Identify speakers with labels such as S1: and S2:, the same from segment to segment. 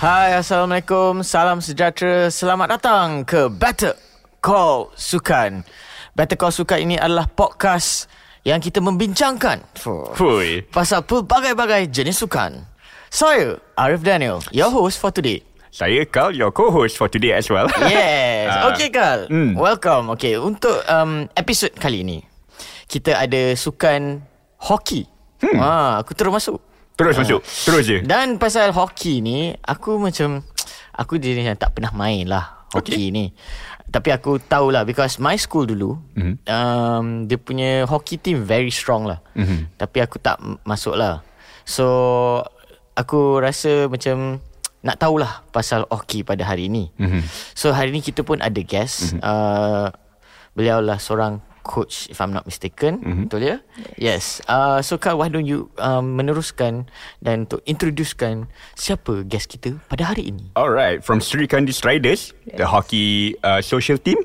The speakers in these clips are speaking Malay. S1: Hai, Assalamualaikum. Salam sejahtera. Selamat datang ke Better Call Sukan. Better Call Sukan ini adalah podcast yang kita membincangkan fuh,
S2: Fui.
S1: pasal pelbagai-bagai jenis sukan. Saya, Arif Daniel, your host for today.
S2: Saya Carl, your co-host for today as well.
S1: Yes.
S2: Ah.
S1: Okay, Carl.
S2: Mm.
S1: Welcome. Okay, untuk um, episod kali ini, kita ada sukan hoki. Hmm. Ah, aku terus masuk.
S2: Terus masuk.
S1: Ah.
S2: Terus je.
S1: Dan pasal hoki ni Aku macam Aku jenis yang tak pernah main lah Hoki okay. ni Tapi aku tahulah Because my school dulu mm-hmm. um, Dia punya hockey team Very strong lah mm-hmm. Tapi aku tak m- masuk lah So Aku rasa macam Nak tahulah Pasal hoki pada hari ni mm-hmm. So hari ni kita pun ada guest mm-hmm. uh, Beliau lah seorang coach if I'm not mistaken
S2: Mhm.
S1: mm-hmm. betul ya yes uh, so Kak why don't you um, meneruskan dan untuk introducekan siapa guest kita pada hari ini
S2: Alright, from Sri Kandi Striders, the hockey uh, social team.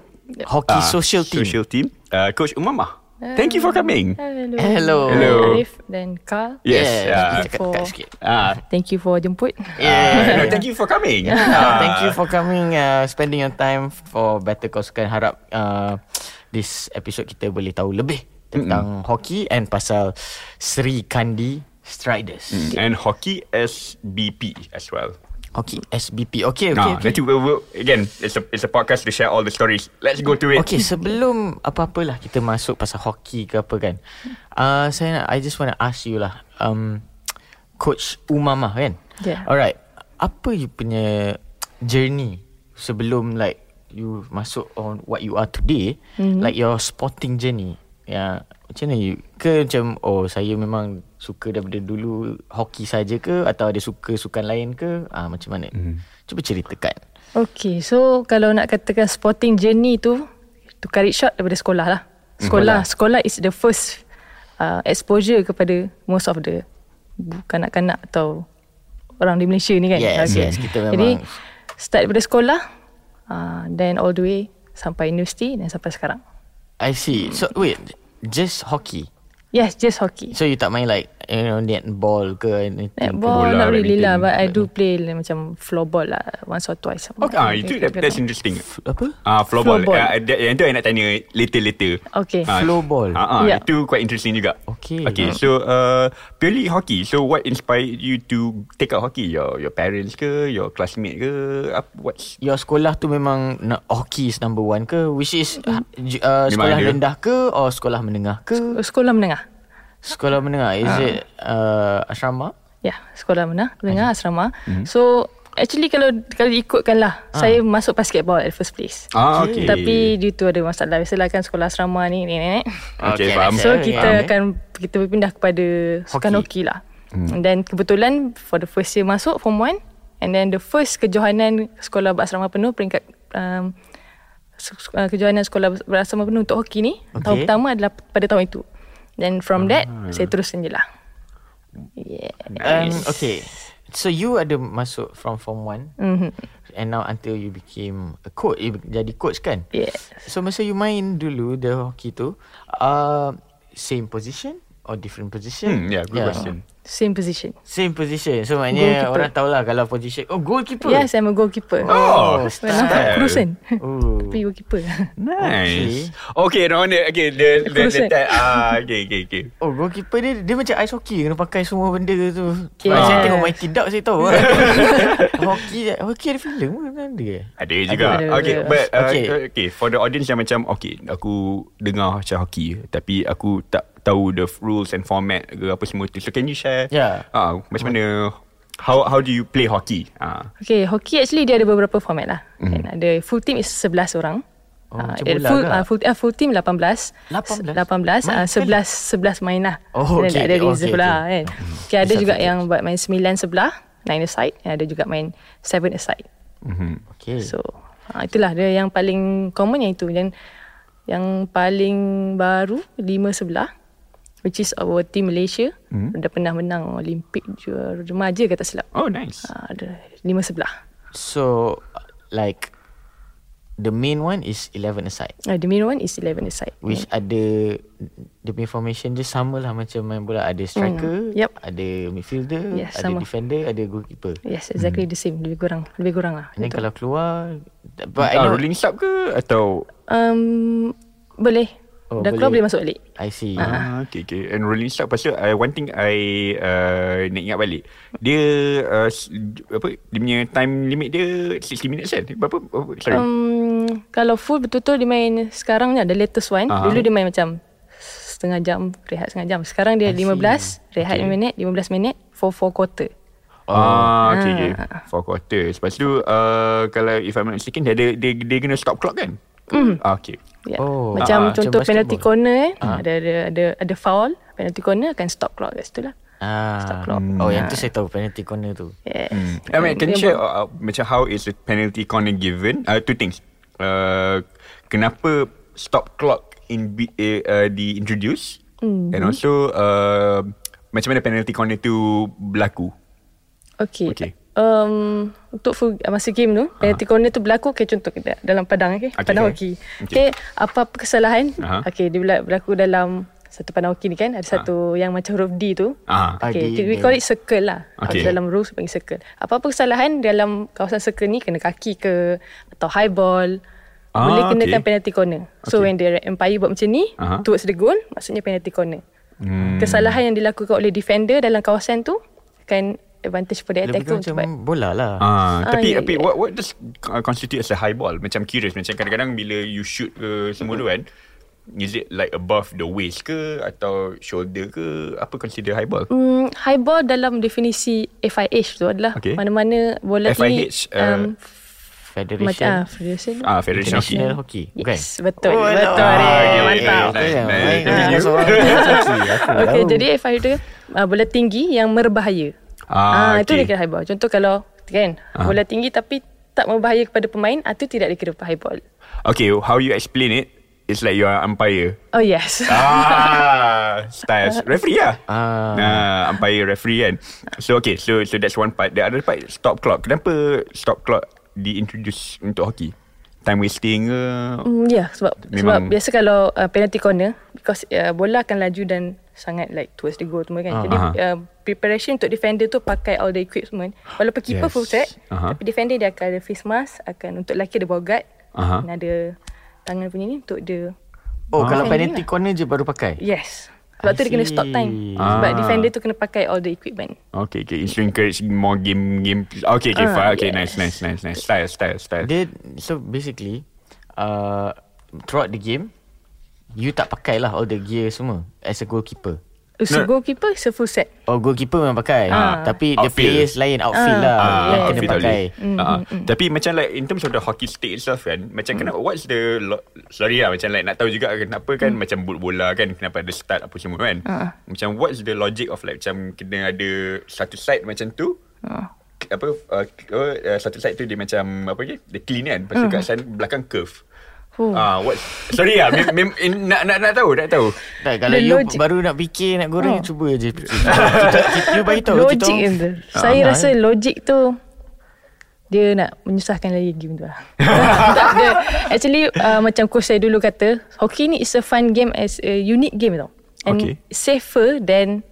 S1: hockey
S2: Ah,
S1: social team Ah.
S2: Social team. Uh, Coach Umamah. Thank you for coming.
S3: Hello.
S1: Hello.
S2: Hello.
S3: Arif dan Carl.
S2: Yes.
S1: yeah,
S2: Yeah.
S1: cakap dekat sikit
S2: Uh,
S3: Thank you for jemput.
S1: yeah
S2: no, thank you for coming.
S1: Uh,
S2: Ah,
S1: thank you for coming uh, Spending your time For Better Kau Sukan Harap uh, This episode kita boleh tahu lebih Tentang mm-hmm. hockey And pasal Sri Kandi Striders mm.
S2: And hockey SBP as well.
S1: Hockey SBP Okay okay,
S2: Nah,
S1: okay.
S2: nanti we will, again, it's a, it's a podcast to share all the stories. Let's go to it.
S1: Okay sebelum apa-apalah kita masuk pasal hoki ke apa kan uh, Saya nak I just want to ask you lah um, Coach Umamah kan
S3: Yeah.
S1: Alright Apa you punya journey sebelum like you masuk on what you are today mm-hmm. Like your sporting journey Ya macam mana you Ke macam oh saya memang suka daripada dulu hoki saja ke Atau ada suka sukan lain ke ah Macam mana mm. Cuba ceritakan
S3: Okay, so kalau nak katakan sporting journey tu, tukar it short daripada sekolah lah. Sekolah,
S2: Mm-hmm.
S3: sekolah is the first uh, exposure kepada most of the bu- kanak-kanak atau orang di Malaysia ni kan.
S1: Yes, yes, kita memang-
S3: Jadi, start daripada sekolah, uh, then all the way sampai universiti dan sampai sekarang.
S1: I see So wait Just hockey
S3: Yes, just hockey.
S1: So you tak main like You know netball ke anything ke?
S3: Netball
S2: bola
S3: not
S2: or
S3: really lah
S2: anything.
S3: But I do play like, Macam floorball lah Once or twice
S2: Okay, ah, itu that, that's interesting.
S1: Apa?
S2: Ah, floorball.
S3: Floorball.
S2: Ah, that- yang tu I nak tanya later later.
S3: Okay.
S2: Ah,
S1: Floorball.
S2: Ah, ah,
S3: Yeah.
S2: itu quite interesting juga.
S1: Okay.
S2: Okay, so uh, purely hockey. So what inspired you to take up hockey? Your your parents ke, your classmate ke? Apa what's
S1: Your sekolah tu memang na- Hockey is number one ke Which is
S3: Mm.
S1: uh, j- uh,
S2: Memang
S1: Sekolah
S2: ada.
S1: rendah ke Or sekolah menengah ke
S3: Sekolah menengah
S1: Sekolah menengah
S2: Ah.
S1: Is it uh, Asrama
S3: Ya yeah, Sekolah menengah
S2: Hmm.
S3: Menengah asrama mm-hmm. So Actually kalau Kalau ikutkan lah Saya masuk basketball At first place
S2: Ah, okay.
S3: Tapi due to ada masalah Biasalah kan sekolah asrama ni Nenek-nenek
S1: Okay,
S2: Okay, faham.
S1: let's
S3: So
S1: Yeah,
S3: kita
S1: yeah.
S3: akan Kita berpindah kepada Sukan
S1: Hoki.
S3: hoki lah hmm. Dan kebetulan For the first year masuk Form 1 And then the first kejohanan Sekolah berasrama penuh Peringkat um, se- se- uh, Kejohanan sekolah berasrama penuh Untuk hoki ni okay. Tahun
S1: Okay.
S3: pertama adalah Pada tahun itu Then from that Saya teruskan je lah Yeah
S1: um,
S2: Nice.
S1: Okay So you ada masuk From form 1
S3: mm-hmm.
S1: And now until you became A coach You jadi coach kan
S3: Yeah
S1: So masa you main dulu The hockey tu uh, Same position Or different position
S2: Hmm, yeah, good question.
S3: Same position
S1: Same position So maknanya
S3: Goalkeeper.
S1: Orang tahulah Kalau position Oh goalkeeper
S3: Yes I'm a goalkeeper
S2: Oh,
S3: Well, nampak kerusan
S1: Oh.
S3: Tapi goalkeeper
S2: Nice. Okay, okay no, no, okay, the, the, the,
S3: Kerusan.
S2: the, ah, okay, okay, okay.
S1: Oh goalkeeper dia Dia macam ice hockey Kena pakai semua benda tu okay.
S3: Okay.
S1: Saya
S3: Ah.
S1: tengok Mighty Duck Saya tahu Hockey Hockey ada filem ke Mana ada eh?
S2: Ada juga. Ada,
S3: Ada, ada.
S2: okay, ada. but uh,
S1: Okay.
S2: okay. okay, for the audience yang macam okay, aku dengar macam hoki tapi aku tak tahu the rules and format ke apa semua tu. So can you share?
S1: Yeah.
S2: Ah, macam mana how how do you play hockey? Ah.
S3: Okay, hoki actually dia ada beberapa format lah. Kan? Ada full team is 11 orang.
S1: Mhm. Oh,
S3: Ah,
S1: macam
S3: dia
S1: bola
S3: full,
S1: ke?
S3: ah, full, ah, full team
S1: 18?
S3: 18 18
S1: Main
S3: ah, 11 11 main lah
S1: Oh,
S3: Dan
S1: okay,
S3: Ada
S1: okay,
S3: reserve
S1: okay,
S3: lah
S1: okay.
S3: kan okay, Ada
S1: Satu
S3: juga
S1: team.
S3: yang buat main 9 sebelah 9 aside Ada juga main 7 aside
S1: Okay so,
S3: So ah, Itulah dia yang paling common yang itu Dan yang paling baru 5 sebelah Which is our team Malaysia
S1: Mhm.
S3: hmm. Dah pernah menang Olimpik ju- remaja ke tak silap
S2: Oh nice.
S3: Ah, Ada 5 sebelah
S1: so Like the main one is 11 aside
S3: Uh, the main one is 11 aside.
S1: which ada the main formation dia sama lah macam main bola ada striker,
S3: Mm. Yup.
S1: ada midfielder,
S3: Yes,
S1: ada
S3: sama.
S1: defender, ada goalkeeper.
S3: Yes, exactly the same. Lebih kurang. Lebih kurang
S1: And
S3: lah.
S1: Hmm. then kalau keluar but I
S2: Ah,
S1: know,
S2: rolling club ke atau
S3: Um, boleh.
S1: Oh,
S3: Oh, Dah keluar
S1: boleh.
S3: boleh masuk balik.
S1: I see.
S3: Uh-huh.
S2: Ah, okay, okay. And rolling stock pasal uh, one thing I uh, nak ingat balik. Dia uh, s- apa dia punya time limit dia 60 minutes kan? Berapa? berapa sorry. Um,
S3: Um, kalau full betul-betul dia main sekarang ni ada latest one.
S2: Aha.
S3: Uh-huh. Dulu dia main macam setengah jam, rehat setengah jam. Sekarang dia 15, rehat okay. minit, 15 minit, 4-4 quarter.
S2: ah, okay, okay. Four quarter. Lepas tu uh, kalau if I'm not mistaken dia ada dia, dia kena stop clock kan? Mm. Ah, okay.
S3: Yeah.
S1: Oh,
S3: Oh, macam
S1: ah,
S3: uh, contoh
S1: macam
S3: penalty
S1: basketball.
S3: corner eh. Uh. Ada, ada ada ada foul, penalty corner akan stop clock kat situ lah.
S1: Ah.
S3: Stop clock.
S2: Hmm.
S1: Oh, yang tu saya tahu penalty corner tu.
S3: Yes.
S1: Hmm.
S2: I mean, can you
S3: Dia
S2: share uh, uh, macam how is the penalty corner given? Uh, two things. Uh, kenapa stop clock in be, uh, diintroduce? Mm-hmm. And also uh, macam mana penalty corner tu berlaku?
S3: Okay.
S2: Okey.
S3: okay. Um, untuk full, masa game tu, penalty corner tu berlaku okay, contoh kita dalam padang okay?
S2: Okey,
S3: padang
S2: okey.
S3: hoki.
S2: Okey.
S3: Okay. apa-apa kesalahan,
S2: Aha.
S3: okay, dia berla- berlaku dalam satu padang hoki ni kan, ada satu yang macam huruf D tu.
S2: Ah.
S1: Ah,
S3: Okay,
S1: D,
S3: we
S1: D.
S3: call it circle lah.
S2: Okey.
S3: Okay. Dalam rules panggil circle. Apa-apa kesalahan dalam kawasan circle ni, kena kaki ke, atau high ball,
S2: Ah,
S3: boleh kenakan
S2: okey.
S3: penalty corner.
S2: Okey.
S3: So, when the umpire buat macam ni,
S2: Aha.
S3: towards the goal, maksudnya penalty corner. Kesalahan yang dilakukan oleh defender dalam kawasan tu, akan advantage for the
S1: Lebih kurang
S3: attacker untuk
S1: macam
S3: buat
S1: bola lah.
S2: Ah,
S3: Ah,
S2: tapi
S3: ya,
S2: tapi
S3: ya.
S2: what what does uh, constitute as a high ball? Macam curious macam kadang-kadang bila you shoot ke semua tu kan is it like above the waist ke atau shoulder ke apa consider high ball?
S3: Hmm, high ball dalam definisi FIH tu adalah
S2: Okey.
S3: okay. mana-mana bola
S2: FIH,
S3: ini um,
S1: Federation
S3: macam ah, Federation.
S2: Ah, Federation Hockey.
S1: International Hockey, bukan?
S3: Yes, betul.
S1: Oh,
S3: betul.
S1: alah.
S3: Arif.
S2: Ah, okey,
S3: mantap.
S2: okey, okey. Nice, nice.
S1: Ah,
S2: Continue.
S1: seorang hoki. Aku
S3: Okey,
S1: tahu.
S3: jadi FIH tu uh, bola tinggi yang merbahaya.
S2: Ah,
S3: Ah, itu
S2: okey.
S3: dia kira high ball. Contoh kalau kan
S2: Ah.
S3: bola tinggi tapi tak berbahaya kepada pemain, ah, itu tidak dikira high ball.
S2: Okay, how you explain it is like you are umpire.
S3: Oh yes.
S2: Ah, styles referee lah.
S1: Ah.
S2: Nah, umpire referee kan. So okay, so so that's one part. The other part stop clock. Kenapa stop clock diintroduce untuk hockey? Time wasting ke?
S3: Mm, ya, yeah, sebab
S2: Memang-
S3: Memang sebab biasa kalau uh, penalty corner because uh, bola akan laju dan sangat like towards the goal semua kan.
S1: Ah.
S3: Jadi
S2: Aha.
S3: uh, preparation untuk defender tu pakai all the equipment. Walaupun keeper
S2: Yes.
S3: full set,
S2: Aha.
S3: tapi defender dia akan ada face mask, akan untuk lelaki ada ball guard,
S2: Aha.
S3: dan ada tangan punya ni untuk dia.
S1: Oh, kalau
S3: Defending
S1: penalty
S3: lah.
S1: corner je baru pakai.
S3: Yes. Sebab
S1: I
S3: tu dia kena stop time.
S1: see.
S3: Sebab
S2: Ah.
S3: defender tu kena pakai all the equipment.
S2: Okay, okay. It's to encourage more game game. Okay, okay,
S3: Ah,
S2: fine. Okay, nice,
S3: yes.
S2: nice, nice, nice. Style, style, style.
S1: Dia so basically uh, throughout the game you tak pakai lah all the gear semua as a goalkeeper.
S3: So
S2: No.
S3: goalkeeper is a full set.
S1: Oh goalkeeper memang pakai
S2: Ah.
S1: Tapi the
S2: Outfield.
S1: players lain Outfield lah Yang
S2: Ah,
S1: kena
S2: outfit tak
S1: pakai Mm,
S2: boleh. Ah, Tapi macam like in terms of the hockey stick itself kan, macam
S1: Mm.
S2: kenapa what's the lo- sorry lah macam like nak tahu juga kenapa kan
S1: Mm.
S2: macam boot bola kan kenapa ada start apa semua kan.
S1: Ah,
S2: Macam what's the logic of like macam kena ada satu side macam tu.
S1: Ah.
S2: K- Apa uh, k- apa, uh, satu side tu dia macam apa je dia clean kan.
S1: Ah.
S2: Pasal kat sana belakang curve.
S3: Oh.
S2: Ah, what? Sorry lah, mem, mem, in- nak, nak nak tahu, nak tahu.
S1: tak, Kalau
S3: The
S1: you
S3: logic. Oh.
S1: baru nak fikir Nak goreng Cuba je fikir. kita, kita, You bagi tahu kita
S3: Logik
S1: orang-
S3: tu.
S2: Ah,
S3: Saya
S1: Amal.
S2: eh.
S3: rasa logik tu dia nak menyusahkan lagi game tu lah. tak ada. Actually uh, macam coach saya dulu kata, hockey ni is a fun game as a unique game tau. And
S2: Okay.
S3: okay. safer than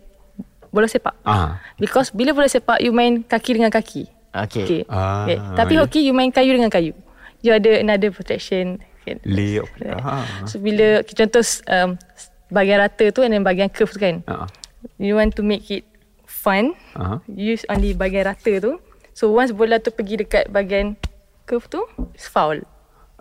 S3: bola sepak.
S2: Ah.
S3: Because bila bola sepak you main kaki dengan kaki.
S1: Okay.
S2: Ah,
S3: okay.
S2: yeah.
S3: Tapi hockey you main kayu dengan kayu. You ada another protection. Okay.
S2: Layup. Ah.
S3: So bila contoh um, bahagian rata tu and then bahagian curve tu kan.
S2: Ah.
S3: You want to make it fun
S2: Ah.
S3: Use only bahagian rata tu So once bola tu pergi dekat bahagian curve tu It's foul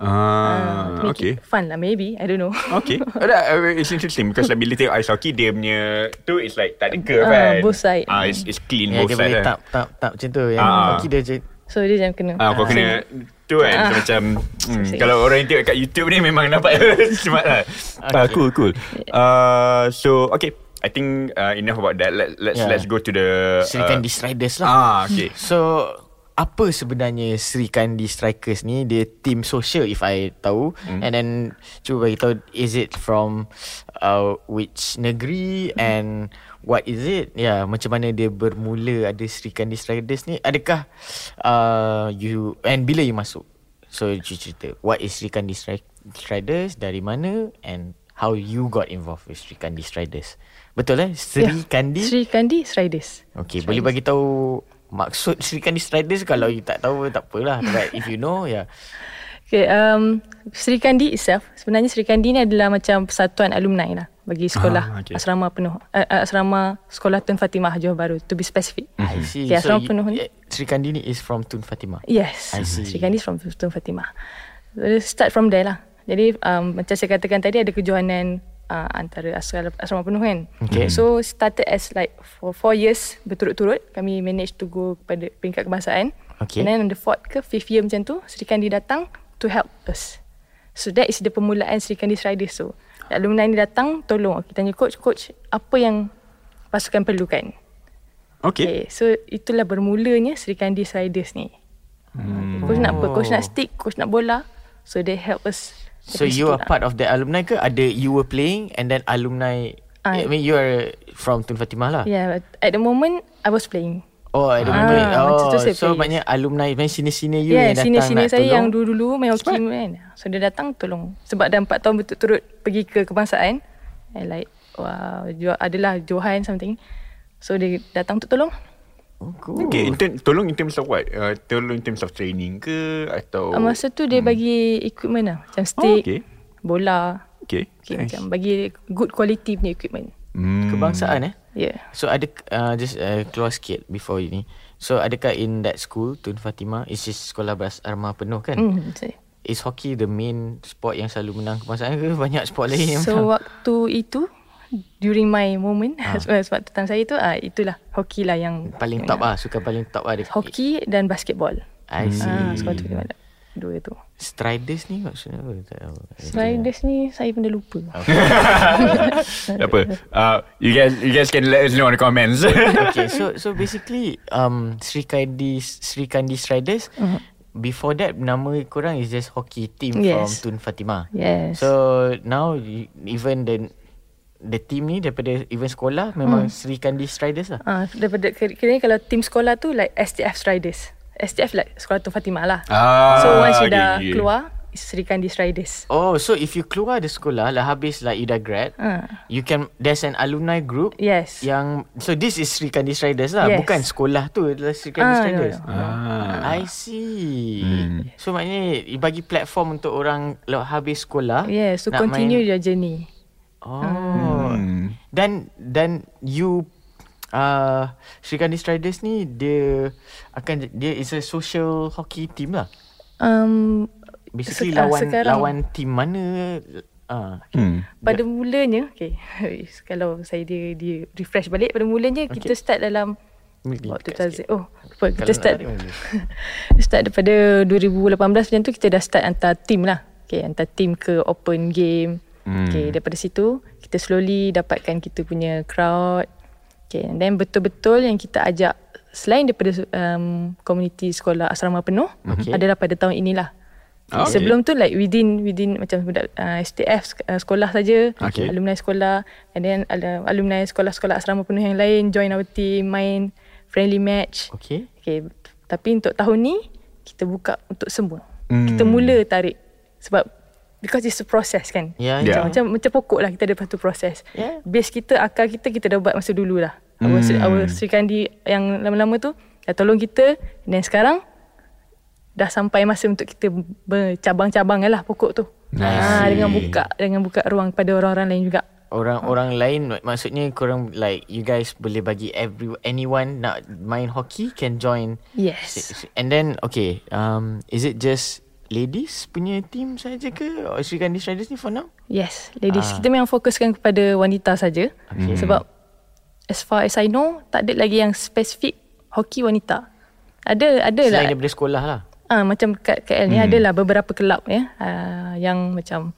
S2: Ah,
S3: To make
S2: okay.
S3: it fun lah maybe I don't know
S2: Okay Ada, uh, It's interesting Because like, bila tengok ice hockey Dia punya Tu is like Tak ada curve
S3: Ah,
S2: kan
S3: both side.
S2: Ah, it's, it's clean
S1: Ya,
S2: both
S1: dia
S2: side
S1: boleh
S2: kan.
S1: tap tap tap macam tu. Yang
S2: Ah.
S1: hoki dia je.
S3: So dia jangan kena
S2: Ah, Kau kena Tu kan
S3: Ah.
S2: so, Macam mm,
S3: Sorry.
S2: Kalau orang yang tengok kat YouTube ni Memang nampak Smart lah Ah, Cool cool Ah, So okay I think uh, enough about that. Let, let's
S1: Yeah.
S2: let's go to the uh,
S1: Sri Kandi Striders lah.
S2: Ah, okay.
S1: So apa sebenarnya Sri Kandi Strikers ni dia team social if I tahu and then cuba bagi tahu is it from uh, which negeri and what is it ya yeah, macam mana dia bermula ada Sri Kandi Strikers ni adakah uh, you and bila you masuk So you cerita What is Rikandi Stri- Striders Dari mana And how you got involved With Rikandi Striders Betul eh Sri
S3: Ya.
S1: yeah. Kandi
S3: Sri Kandi Striders.
S1: Okay boleh bagi tahu Maksud Sri Kandi Striders Kalau you tak tahu Tak apalah But if you know Ya yeah.
S3: Okay, um, Sri Kandi itself sebenarnya Sri Kandi ni adalah macam persatuan alumni lah bagi sekolah
S2: Ah, okay.
S3: asrama penuh uh, asrama sekolah Tun Fatimah Johor Bahru to be specific.
S1: I see
S3: Okay, asrama
S1: you-
S3: penuh ni.
S1: eh,
S3: Eh,
S1: Sri Kandi ni is from Tun Fatimah
S3: Yes.
S1: I see.
S3: Sri Kandi from Tun Fatimah. So, Start from there lah. Jadi um, macam saya katakan tadi ada kejohanan uh, antara asrama, asrama penuh kan.
S1: Okay.
S3: So started as like for four years berturut-turut kami manage to go kepada peringkat kebangsaan.
S1: Okay.
S3: And then on the fourth ke fifth year macam tu Sri Kandi datang to help us. So that is the permulaan Sri Kandi Striders tu. Alumni ni datang tolong kita tanya coach coach apa yang pasukan perlukan.
S2: Okay.
S3: Okay, so itulah bermulanya Sri Kandi Striders ni. Hmm. Coach nak apa? Coach nak stick, coach nak bola. So they help us.
S1: Oh. So you are
S3: lah.
S1: part of the alumni ke Ada you were playing And then alumni I,
S3: I-
S1: mean you are From Tun Fatimah lah
S3: Yeah, but at the moment I was playing.
S1: Oh, I don't
S3: Ah,
S1: remember. it.
S3: macam tu
S1: Oh,
S3: saya
S1: so
S3: please.
S1: maknanya alumni, maknanya senior-senior you
S3: yeah,
S1: yang datang
S3: senior-senior
S1: nak
S3: saya
S1: tolong.
S3: yang dulu-dulu main hoki kan. So dia datang tolong. Sebab dah 4 tahun berturut-turut pergi ke kebangsaan. I like, wow, jo- adalah Johan something. So dia datang untuk tolong.
S1: Oh, cool.
S2: Okay, in term, tolong in terms of what? Uh, tolong in terms of training ke atau
S3: Oh. Masa tu
S1: Hmm.
S3: dia bagi equipment lah.
S1: Oh,
S3: Macam stick,
S2: okay.
S3: bola.
S2: Okay.
S3: Okay, nice. Macam bagi good quality punya equipment.
S2: Hmm.
S1: Kebangsaan eh?
S3: Yeah.
S1: So ada uh, just uh, keluar sikit before ini. So adakah in that school Tun Fatimah is just sekolah berasrama penuh kan? Mm.
S3: Mm, saya.
S1: Is hockey the main sport yang selalu menang kebangsaan ke banyak sport lain yang menang?
S3: So waktu itu during my moment ha. sebab tu time saya tu ah itulah hoki lah yang
S1: Ah. paling
S3: yang
S1: top ah, suka paling top ah dekat
S3: Hoki dan basketball.
S1: I see.
S3: Ah sekolah tu mana? Dua tu.
S1: Striders ni maksudnya apa? Tak tahu.
S3: Striders ni saya benda lupa.
S2: Tak apa. Uh, you guys you guys can let us know in the comments.
S1: okay, so so basically um Sri Kandi Sri Kandi Striders
S3: Uh-huh.
S1: mm-hmm. before that nama korang is just hockey team
S3: Yes.
S1: from Tun Fatimah.
S3: Yes.
S1: So now you- even the the team ni daripada even sekolah memang
S3: Uh-huh.
S1: mm. Sri Kandi Striders lah.
S3: Ah daripada kira kalau tim sekolah tu like STF Striders. STF like sekolah tu Fatimah lah.
S2: Ah,
S3: so once you
S2: okay,
S3: dah
S2: okay.
S3: keluar it's Sri Kandi Striders.
S1: Oh, so if you keluar dari sekolah lah habis lah you dah grad,
S3: Ah.
S1: you can there's an alumni group
S3: Yes.
S1: yang so this is Sri Kandi Striders lah,
S3: Yes.
S1: bukan sekolah tu adalah Sri Kandi
S3: Ah, no,
S1: Striders.
S3: no.
S2: ah.
S1: I see. Hmm. So maknanya bagi platform untuk orang lo- habis sekolah.
S3: Yes, so
S1: nak
S3: continue
S1: Main.
S3: your journey.
S1: Oh.
S2: Hmm.
S1: Dan dan you uh, Sri Kandi Striders ni dia akan dia is a social hockey team lah.
S3: Um
S1: Basically
S3: Sek- ah,
S1: lawan
S3: sekarang-
S1: lawan team mana ah
S2: Hmm.
S3: Pada mulanya okay, Kalau saya dia, dia refresh balik Pada mulanya okay. kita start dalam
S1: Ni
S3: Waktu
S1: dekat sikit.
S3: 2000 Oh apa,
S1: Kalau
S3: Kita
S1: nak
S3: start
S1: tarik boleh.
S3: Start daripada 2018 macam tu Kita dah start hantar team lah okay, Hantar team ke open game
S2: Hmm.
S3: hmm. okay, Daripada situ Kita slowly dapatkan kita punya crowd okay, And then betul-betul yang kita ajak Selain daripada um, Komuniti sekolah asrama penuh
S1: Okay.
S3: okay. Adalah pada tahun inilah
S2: Ah,
S3: Okay.
S2: okay.
S3: Sebelum tu like within within macam budak uh, STF sek- uh, sekolah saja,
S2: Okay.
S3: okay. alumni sekolah and then uh, alumni sekolah-sekolah asrama penuh yang lain join our team, main friendly match.
S1: Okay.
S3: Okay. Tapi untuk tahun ni kita buka untuk semua.
S2: Hmm.
S3: Hmm. Kita mula tarik sebab because it's a process kan.
S1: Ya, yeah.
S2: Yeah.
S3: Macam macam pokok lah kita ada satu proses.
S1: Yeah.
S3: Base kita, akar kita kita dah buat masa dulu lah. Our,
S2: Hmm.
S3: our Sri Kandi yang lama-lama tu dah tolong kita dan sekarang dah sampai masa untuk kita bercabang-cabang lah pokok tu.
S2: I
S3: Ha,
S2: see.
S3: dengan buka dengan buka ruang pada orang-orang lain juga.
S1: Orang-orang lain mak- maksudnya korang like you guys boleh bagi every anyone nak main hockey can join
S3: Yes.
S1: And then okay, um, is it just ladies punya team saja ke Or Sri Kandi Striders ni for now?
S3: Yes, ladies. Kita memang fokuskan kepada wanita saja. Okay. Sebab as far as I know, tak ada lagi yang spesifik hoki wanita. Ada ada lah.
S1: Selain daripada sekolah lah.
S3: Ah macam kat KL ni adalah beberapa kelab ya ah, yang macam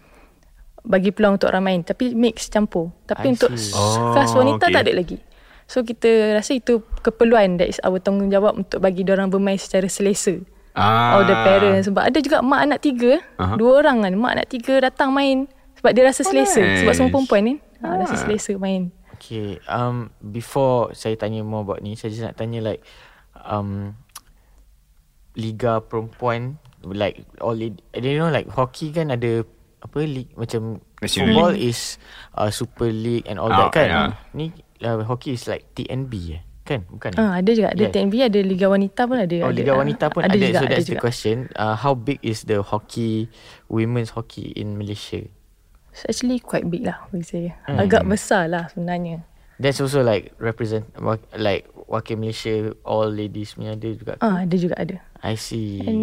S3: bagi peluang untuk orang main tapi mix campur. Tapi
S1: I
S3: untuk
S1: see.
S2: Oh,
S3: khas wanita
S2: okay.
S3: tak ada lagi. So kita rasa itu keperluan that is our tanggungjawab untuk bagi orang bermain secara selesa.
S2: Ah.
S3: All the parents sebab ada juga mak anak tiga,
S2: Aha.
S3: uh-huh. dua orang kan, mak anak tiga datang main sebab dia
S1: Oh,
S3: rasa selesa
S2: nice.
S3: sebab semua perempuan ni. Ah, rasa selesa main.
S1: Okay, um, before saya tanya more about ni, saya just nak tanya like um, Liga Perempuan like all it, you know like hockey kan ada apa league macam
S2: National
S1: football is uh, super league and all
S2: Ah,
S1: that kan.
S2: yeah.
S1: Ni uh, hockey is like TNB eh. Kan? Bukan. eh?
S3: Ah, ada juga. Ada
S1: Yeah.
S3: TNB, ada Liga Wanita pun ada.
S1: Oh,
S3: ada.
S1: Liga
S3: Ah,
S1: Wanita pun ada.
S3: juga,
S1: so that's
S3: ada
S1: the
S3: juga.
S1: question. Uh, how big is the hockey, women's hockey in Malaysia?
S3: It's actually quite big lah bagi saya.
S1: Hmm.
S3: Agak besar lah sebenarnya.
S1: That's also like represent wak- like wakil Malaysia all ladies punya ada juga.
S3: Ah, ada juga ada.
S1: I see.
S2: Hmm.
S3: And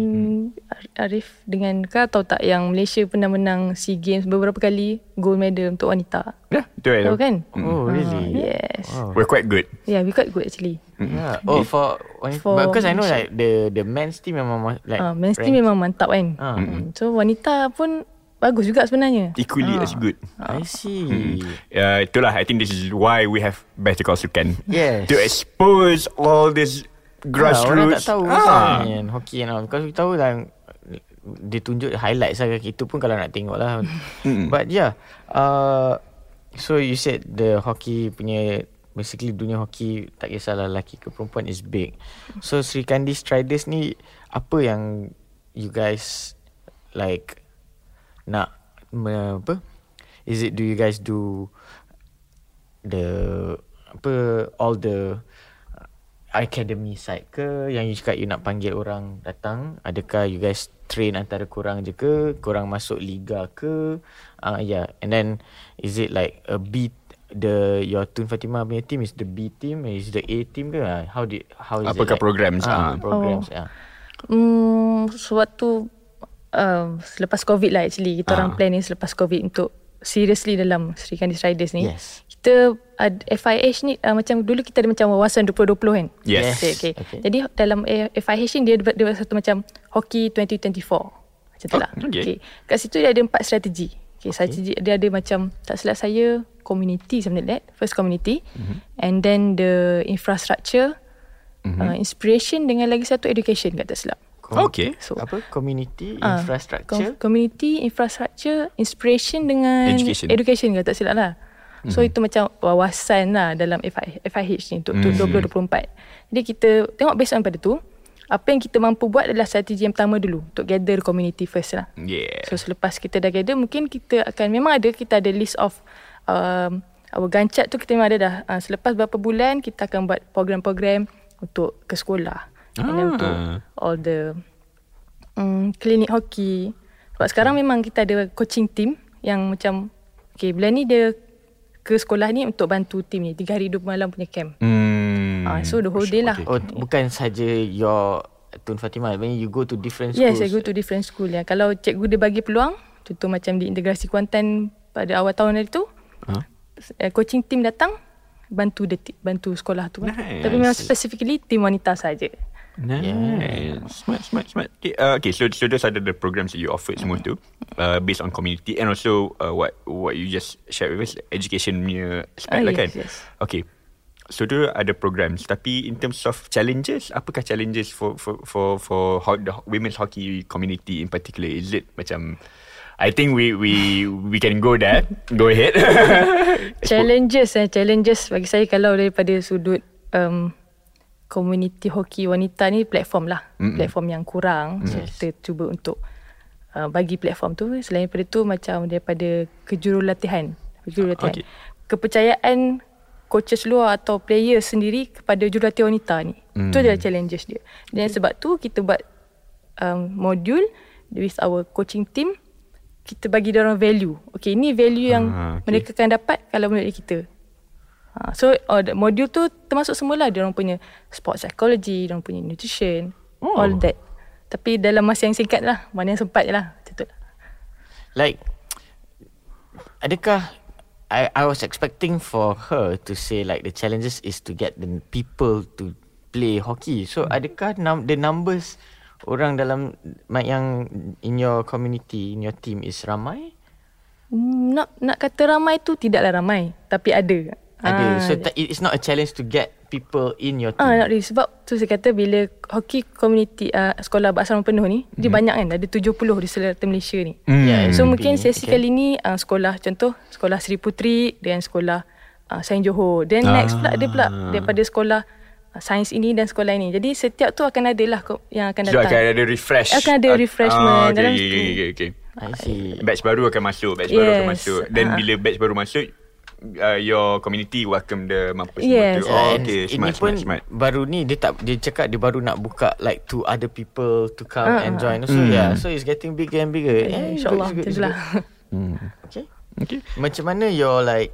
S3: Ar- Arif dengan kau tahu tak yang Malaysia pernah menang SEA Games beberapa kali gold medal untuk wanita.
S2: Yeah, betul
S3: Tahu
S2: lah.
S3: kan?
S1: oh
S3: Ah,
S1: really?
S3: yes.
S1: Wow.
S2: We're quite good.
S3: Yeah, we quite good actually.
S1: Yeah. Oh for,
S3: For
S1: but because I know
S3: Malaysia.
S1: like the the men's team memang ma- like
S3: Ah, men's team
S1: rank-
S3: memang mantap kan.
S1: Eh, Ah.
S3: Mm. So wanita pun bagus juga sebenarnya.
S2: Equally as good.
S1: I see.
S2: Uh, itulah, I think this is why we have Better Call Sukan.
S1: Yes.
S2: To expose all
S3: Ya,
S2: this
S1: Ah, Orang tak
S2: grassroots.
S1: tahu ah. kan hockey and all. Kalau kita tahu lah dia tunjuk highlights lah itu pun kalau nak tengok lah. But yeah, uh, so you said the hockey punya basically dunia hockey tak kisahlah lelaki ke perempuan is big. So Sri Kandi Striders ni apa yang you guys like nak me, apa? Is it do you guys do the apa all the academy side ke yang you cakap you nak panggil orang datang adakah you guys train antara korang je ke korang masuk liga ke ah uh, yeah and then is it like a B the your Tun Fatimah punya team is the B team is the A team ke Ah, how did how is it
S2: Apakah
S1: like?
S2: programs?
S1: ah
S2: Ah.
S1: programs
S3: Oh.
S1: ah
S3: Hmm, sewaktu um, selepas COVID lah actually. Kita orang plan ni selepas COVID untuk seriously dalam Sri Kandi Riders ni.
S1: Yes.
S3: Kita uh, FIH ni uh, macam dulu kita ada macam wawasan 2020 kan.
S2: Yes.
S3: Okay, okay.
S1: Okay.
S3: okay. Jadi dalam eh, FIH ni dia ada dia ada satu macam hockey 2024. Macam tu lah.
S2: Oh, okay.
S3: Kat situ dia ada empat strategi. Okay, okay. Strategi dia ada macam tak silap saya community something like that. First community
S2: Mhm.
S3: mm-hmm. and then the infrastructure
S2: Mhm.
S3: mm-hmm. uh, inspiration dengan lagi satu education kat tak silap.
S2: Okay.
S3: So
S1: apa community
S3: ah,
S1: infrastructure
S3: com- community infrastructure inspiration dengan
S2: Education.
S3: education kalau tak silap lah. So mm-hmm. itu macam wawasan lah dalam FI, FIH ni untuk mm-hmm. 2024. Jadi kita tengok based on pada tu apa yang kita mampu buat adalah strategi yang pertama dulu untuk gather community first lah.
S2: Yeah.
S3: So selepas kita dah gather mungkin kita akan memang ada kita ada list of um, our gun chart tu kita memang ada dah. Uh, selepas berapa bulan kita akan buat program-program untuk ke sekolah. And then
S2: Ah.
S3: untuk all the um, klinik hoki. Sebab sekarang memang kita ada coaching team yang macam okay bulan ni dia ke sekolah ni untuk bantu team ni. Tiga hari dua malam punya camp.
S2: Hmm.
S3: Ah, so the whole day lah.
S1: oh bukan saja your Tun Fatimah when you go to different schools
S3: Yes, I go to different school. Ya. Kalau cikgu dia bagi peluang, contoh macam di integrasi Kuantan pada awal tahun hari tu,
S1: Ha?
S2: Huh?
S3: uh, coaching team datang bantu the, ti- bantu sekolah tu. kan.
S2: Nice.
S3: Tapi memang specifically team wanita saja.
S2: Nice. Smart, smart, smart. Okay, uh, okay so, so those are the, the programs that you offer semua tu uh, based on community and also uh, what what you just shared with us, education punya aspect
S3: Ah,
S2: lah
S3: yes,
S2: kan?
S3: yes.
S2: Okay. So tu ada programs tapi in terms of challenges apakah challenges for for for for ho- the women's hockey community in particular is it macam I think we we we can go there go ahead
S3: Challenges eh, challenges bagi saya kalau daripada sudut um, community hoki wanita ni platform lah. Mm-mm. Platform yang kurang. So
S1: Yes.
S3: kita cuba untuk uh, bagi platform tu. Selain daripada tu macam daripada kejurulatihan. Kejurulatihan.
S2: Okay.
S3: Okay. Kepercayaan coaches luar atau player sendiri kepada jurulatih wanita ni. Mm. Itu adalah challenges dia. Dan sebab tu kita buat um, modul with our coaching team kita bagi dia orang value. Okay, ni value yang
S2: Ah, okay.
S3: mereka akan dapat kalau melalui kita. Ha, so oh, the modul tu termasuk semualah dia orang punya sport psychology, dia orang punya nutrition,
S2: Oh.
S3: oh. all that. Tapi dalam masa yang singkat lah, mana yang sempat je lah. Macam tu lah.
S1: Like, adakah I I was expecting for her to say like the challenges is to get the people to play hockey. So
S3: Hmm.
S1: adakah num- the numbers orang dalam ma- yang in your community in your team is ramai?
S3: Mm, Nak nak kata ramai tu tidaklah ramai, tapi ada.
S1: Ada.
S3: Ah,
S1: So ta- it's not a challenge to get people in your
S3: Ah,
S1: team.
S3: nak really. Sebab tu saya kata bila hoki community uh, sekolah berasrama penuh ni, dia
S1: Mhm.
S3: banyak kan. Ada 70 di selerta Malaysia ni.
S1: Yeah,
S3: So
S1: SMP,
S3: mungkin sesi
S1: okay.
S3: okay. kali ni uh, sekolah contoh sekolah ah,
S1: Ah.
S3: Sri Putri dan sekolah uh, Saint Johor. Then next pula ada pula daripada sekolah sains ini dan sekolah ini. Jadi setiap tu akan ada lah ko- yang akan
S2: So
S3: datang.
S2: akan ada refresh
S3: Akan ada
S2: Ah,
S3: refreshment
S2: ah, okay,
S3: dalam
S2: okay,
S3: tu.
S2: okay, okay.
S1: I see.
S2: Batch baru akan masuk Batch yes. baru akan
S3: Yes.
S2: masuk Then
S3: Ah.
S2: bila batch baru masuk uh, Your community welcome the Mampus semua
S3: Yes.
S2: tu Oh
S1: And
S2: okay
S1: ini
S2: Smart
S1: pun
S2: smart smart
S1: baru ni dia tak dia cakap dia baru nak buka like to other people to come uh, and join. So
S2: Mm.
S1: yeah, so it's getting bigger and bigger. Eh, it's good,
S3: Ah, InsyaAllah.
S1: it's good,
S3: Itu
S1: it's
S3: je lah.
S1: good. Okay.
S2: Okay
S1: Macam mana your like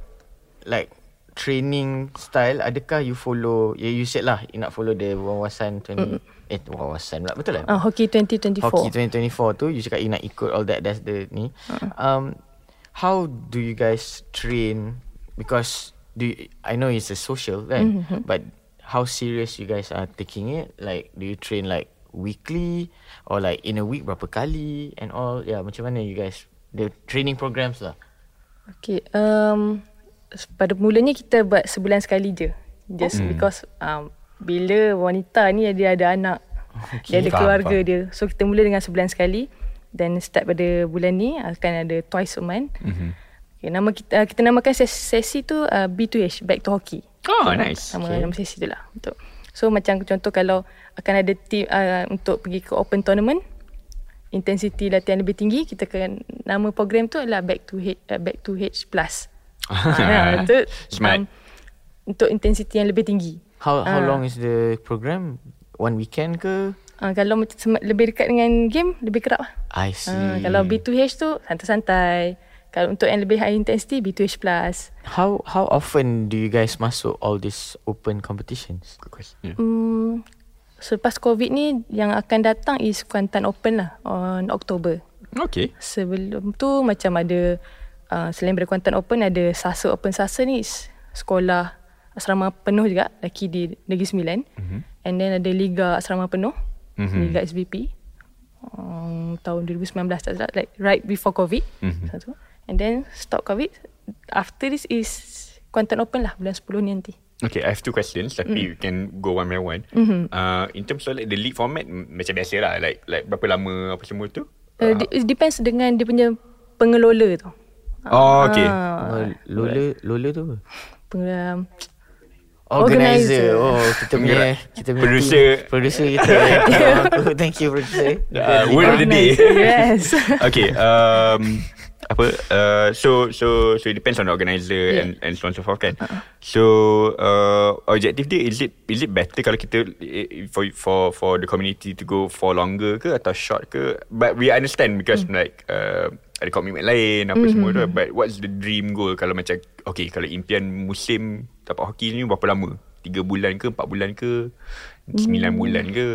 S1: like training style adakah you follow yeah, you said lah you nak follow the wawasan 20 eh wawasan pula betul lah
S3: Ah, hockey 2024.
S1: Hockey 2024 tu You cakap you nak ikut all that That's the ni um, How do you guys train Because do you, I know it's a social kan mm-hmm. But How serious you guys are taking it Like do you train like Weekly Or like in a week berapa kali And all Yeah macam mana you guys The training programs lah
S3: Okay, um, s- pada mulanya kita buat sebulan sekali je. Just oh. because um, bila wanita ni dia ada anak, okay. dia ada
S2: Faham,
S3: keluarga
S2: faham.
S3: dia. So kita mula dengan sebulan sekali. Then start pada bulan ni akan ada twice a month. Mm-hmm. Okay, nama kita uh, kita namakan sesi, sesi tu uh, B2H, Back to Hockey.
S2: Oh nice
S3: Nama okay. nama sesi tu lah. Untuk, so macam contoh kalau akan ada team uh, untuk pergi ke open tournament, intensity latihan lebih tinggi, kita akan nama program tu adalah back to H, uh, back to H plus. Ah, tu,
S2: Smart.
S3: untuk intensity yang lebih tinggi.
S1: How how
S3: Ah.
S1: long is the program One weekend ke
S3: Uh, kalau macam sem- lebih dekat dengan game, lebih kerap lah.
S1: I see
S3: Uh, kalau B2H tu santai-santai. Kalau untuk yang lebih high intensity, B2H plus.
S1: How how often do you guys masuk all these open competitions?
S2: Good question.
S3: Hmm, selepas COVID ni, yang akan datang is Kuantan Open lah on Oktober.
S2: Okay
S3: Sebelum tu macam ada uh, selain daripada Kuantan Open ada Sasa Open Sasa ni s- sekolah asrama penuh juga lelaki di Negeri Sembilan. Mm-hmm. And then ada Liga Asrama Penuh, mm-hmm. Liga SBP. Um, tahun 2019 tak salah like right before covid mm-hmm. satu and then stop covid after this is Kuantan Open lah bulan 10 ni nanti
S2: Okay, I have two questions tapi
S3: Mm.
S2: we can go one by one. Mm-hmm. Uh, in terms of like the league format m- macam biasa lah like like berapa lama apa semua tu?
S3: uh, de- it depends dengan dia punya pengelola tu
S2: Oh, okay.
S3: Ah,
S1: Uh, Lola Lola tu apa?
S3: pengelola um,
S1: Organizer.
S3: Organizer.
S1: Oh, kita punya
S2: Penggerak.
S1: kita punya
S2: Producer.
S1: team. producer kita. eh. Aku, Thank you producer.
S2: Uh, word of the day.
S3: Yes.
S2: okay. Um, apa? Uh, so so so it depends on the organizer yeah.
S3: Yeah.
S2: and and so on so forth kan. Uh-huh. So uh, objective dia is it is it better kalau kita eh, for for for the community to go for longer ke atau short ke? But we understand because mm. like uh, ada komitmen lain apa mm-hmm. semua tu. But what's the dream goal kalau macam okay kalau impian musim tapak hoki ni berapa lama? 3 bulan ke 4 bulan ke 9 mm. bulan ke?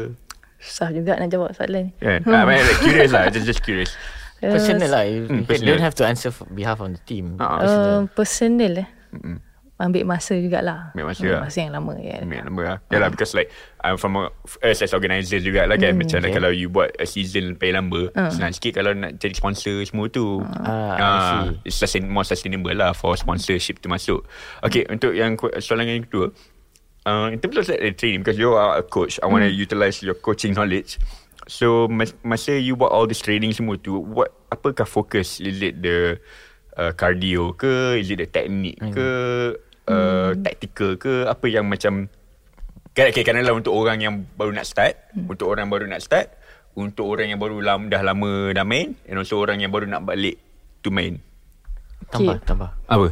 S3: Susah juga nak jawab soalan ni.
S2: Kan? Yeah. Hmm. like, curious lah. Just just curious.
S3: Uh,
S1: Personal lah. You, you
S2: Hmm, personal.
S1: don't have to answer for behalf of the team.
S2: Ah,
S1: Personal.
S3: Uh, personal eh. Ambil masa jugalah.
S2: Ambil masa lah.
S3: masa yang lama. ya. Yeah.
S2: Ambil nombor lah Yalah because like I'm from a Us as organizer juga lah kan Macam
S1: Hmm, Okay.
S2: like
S1: Hmm.
S2: kalau you buat a season Pay lamba Senang sikit kalau nak cari sponsor Semua tu
S1: Ah, I
S2: Ah,
S1: see.
S2: It's sustain, more sustainable lah For sponsorship tu masuk Okay untuk yang ku- Soalan yang kedua uh, In terms of like, the training Because you are a coach I want to utilise your coaching knowledge So mas- masa you buat all this training semua tu What Apakah fokus Is it the uh, Cardio ke Is it the technique ke uh, Tactical ke Apa yang macam Kan okay, kadang-kadang untuk orang yang baru nak start, hmm. untuk orang baru nak start, untuk orang yang baru lam, dah lama dah main and also orang yang baru nak balik to main.
S1: tambah
S3: okay.
S1: tambah.
S2: Apa?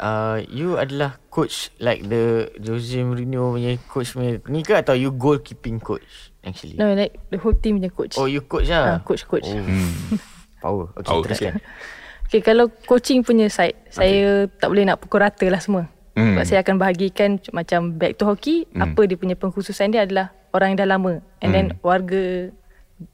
S1: Uh, you adalah coach like the Jose Mourinho punya coach punya ni ke atau you goalkeeping coach actually?
S3: No, like the whole team punya coach.
S1: Oh,
S2: ya.
S1: you coach lah.
S3: Ah, coach, coach.
S1: Oh. Power. Okay,
S2: Power,
S1: teruskan.
S3: Okay, kalau coaching punya side, saya tak boleh nak pukul rata lah semua.
S2: Hmm.
S3: Sebab saya akan bahagikan c- macam back to hockey,
S2: Mm.
S3: apa dia punya pengkhususan dia adalah orang yang dah lama. And then warga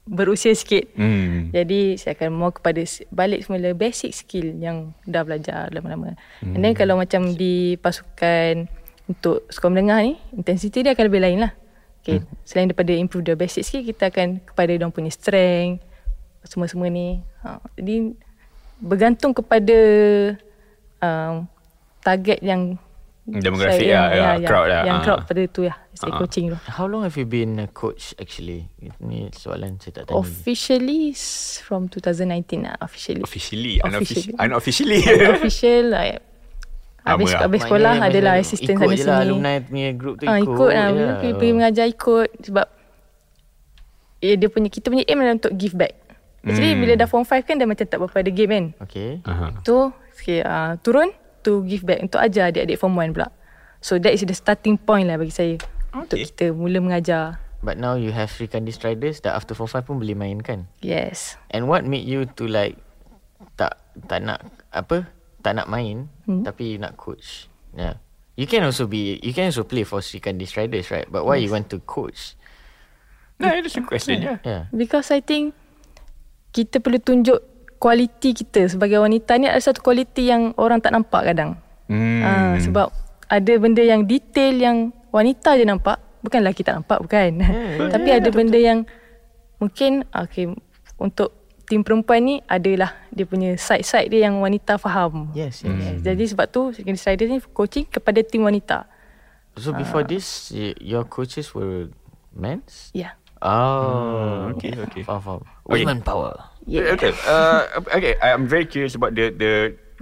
S3: berusia sikit.
S2: Hmm.
S3: Jadi saya akan more kepada s- balik semula basic skill yang dah belajar lama-lama. Hmm. And then kalau macam di pasukan untuk sekolah menengah ni, intensity dia akan lebih lain lah. Okay. Hmm. Selain daripada improve the basic skill, kita akan kepada dia punya strength, semua-semua ni. Ha. Jadi bergantung kepada um, target yang
S2: Demografik lah,
S3: saya-
S2: ya, crowd lah.
S3: Yang
S2: Ah.
S3: crowd pada tu lah. Saya
S2: Ah.
S3: coaching tu.
S1: How long have you been a coach actually? Ni soalan saya tak tanya.
S2: Hmm.
S3: Officially s- from 2019 lah officially.
S2: Officially, unofficially.
S3: Officially.
S2: unofficially.
S3: official like Habis,
S2: Lama lah.
S3: habis sekolah
S1: Maknanya
S3: adalah
S1: macam
S3: assistant
S1: Ikut
S3: sana
S1: je lah
S3: sini.
S1: alumni punya group tu
S3: Ah,
S1: ikut. ya.
S3: ikut lah.
S1: je
S3: Pergi, pergi mengajar ikut sebab eh, dia punya kita punya aim adalah untuk give back. Jadi bila dah form 5 kan dah macam tak berapa ada game kan.
S1: Okay.
S2: Aha.
S3: Tu okay, uh, turun to give back untuk ajar adik-adik form 1 pula. So that is the starting point lah bagi saya. Okay. Untuk kita mula mengajar.
S1: But now you have Rikandi Striders dah after form 5 pun boleh main kan?
S3: Yes.
S1: And what made you to like tak tak nak apa? Tak nak main hmm. tapi nak coach. Yeah. You can also be you can also play for Rikandi Striders right? But why yes. you want to coach?
S2: Nah, itu suka question je.
S1: Yeah.
S3: Because I think kita perlu tunjuk kualiti kita sebagai wanita ni ada satu kualiti yang orang tak nampak kadang.
S2: Hmm.
S3: Ah, sebab ada benda yang detail yang wanita je nampak, bukan lelaki tak nampak bukan. Tapi ada benda yang mungkin okay, untuk tim perempuan ni adalah dia punya side-side dia yang wanita faham.
S1: Yes, yes.
S3: Yes, Jadi sebab tu second strider ni coaching kepada tim wanita.
S1: So before
S2: Ah.
S1: this y- your coaches were men's?
S3: Ya. Yeah.
S1: Oh,
S2: okay, okay.
S1: Faham, faham.
S2: Okay.
S1: Women power.
S2: Yeah. Okay. Uh, okay. I'm very curious about the the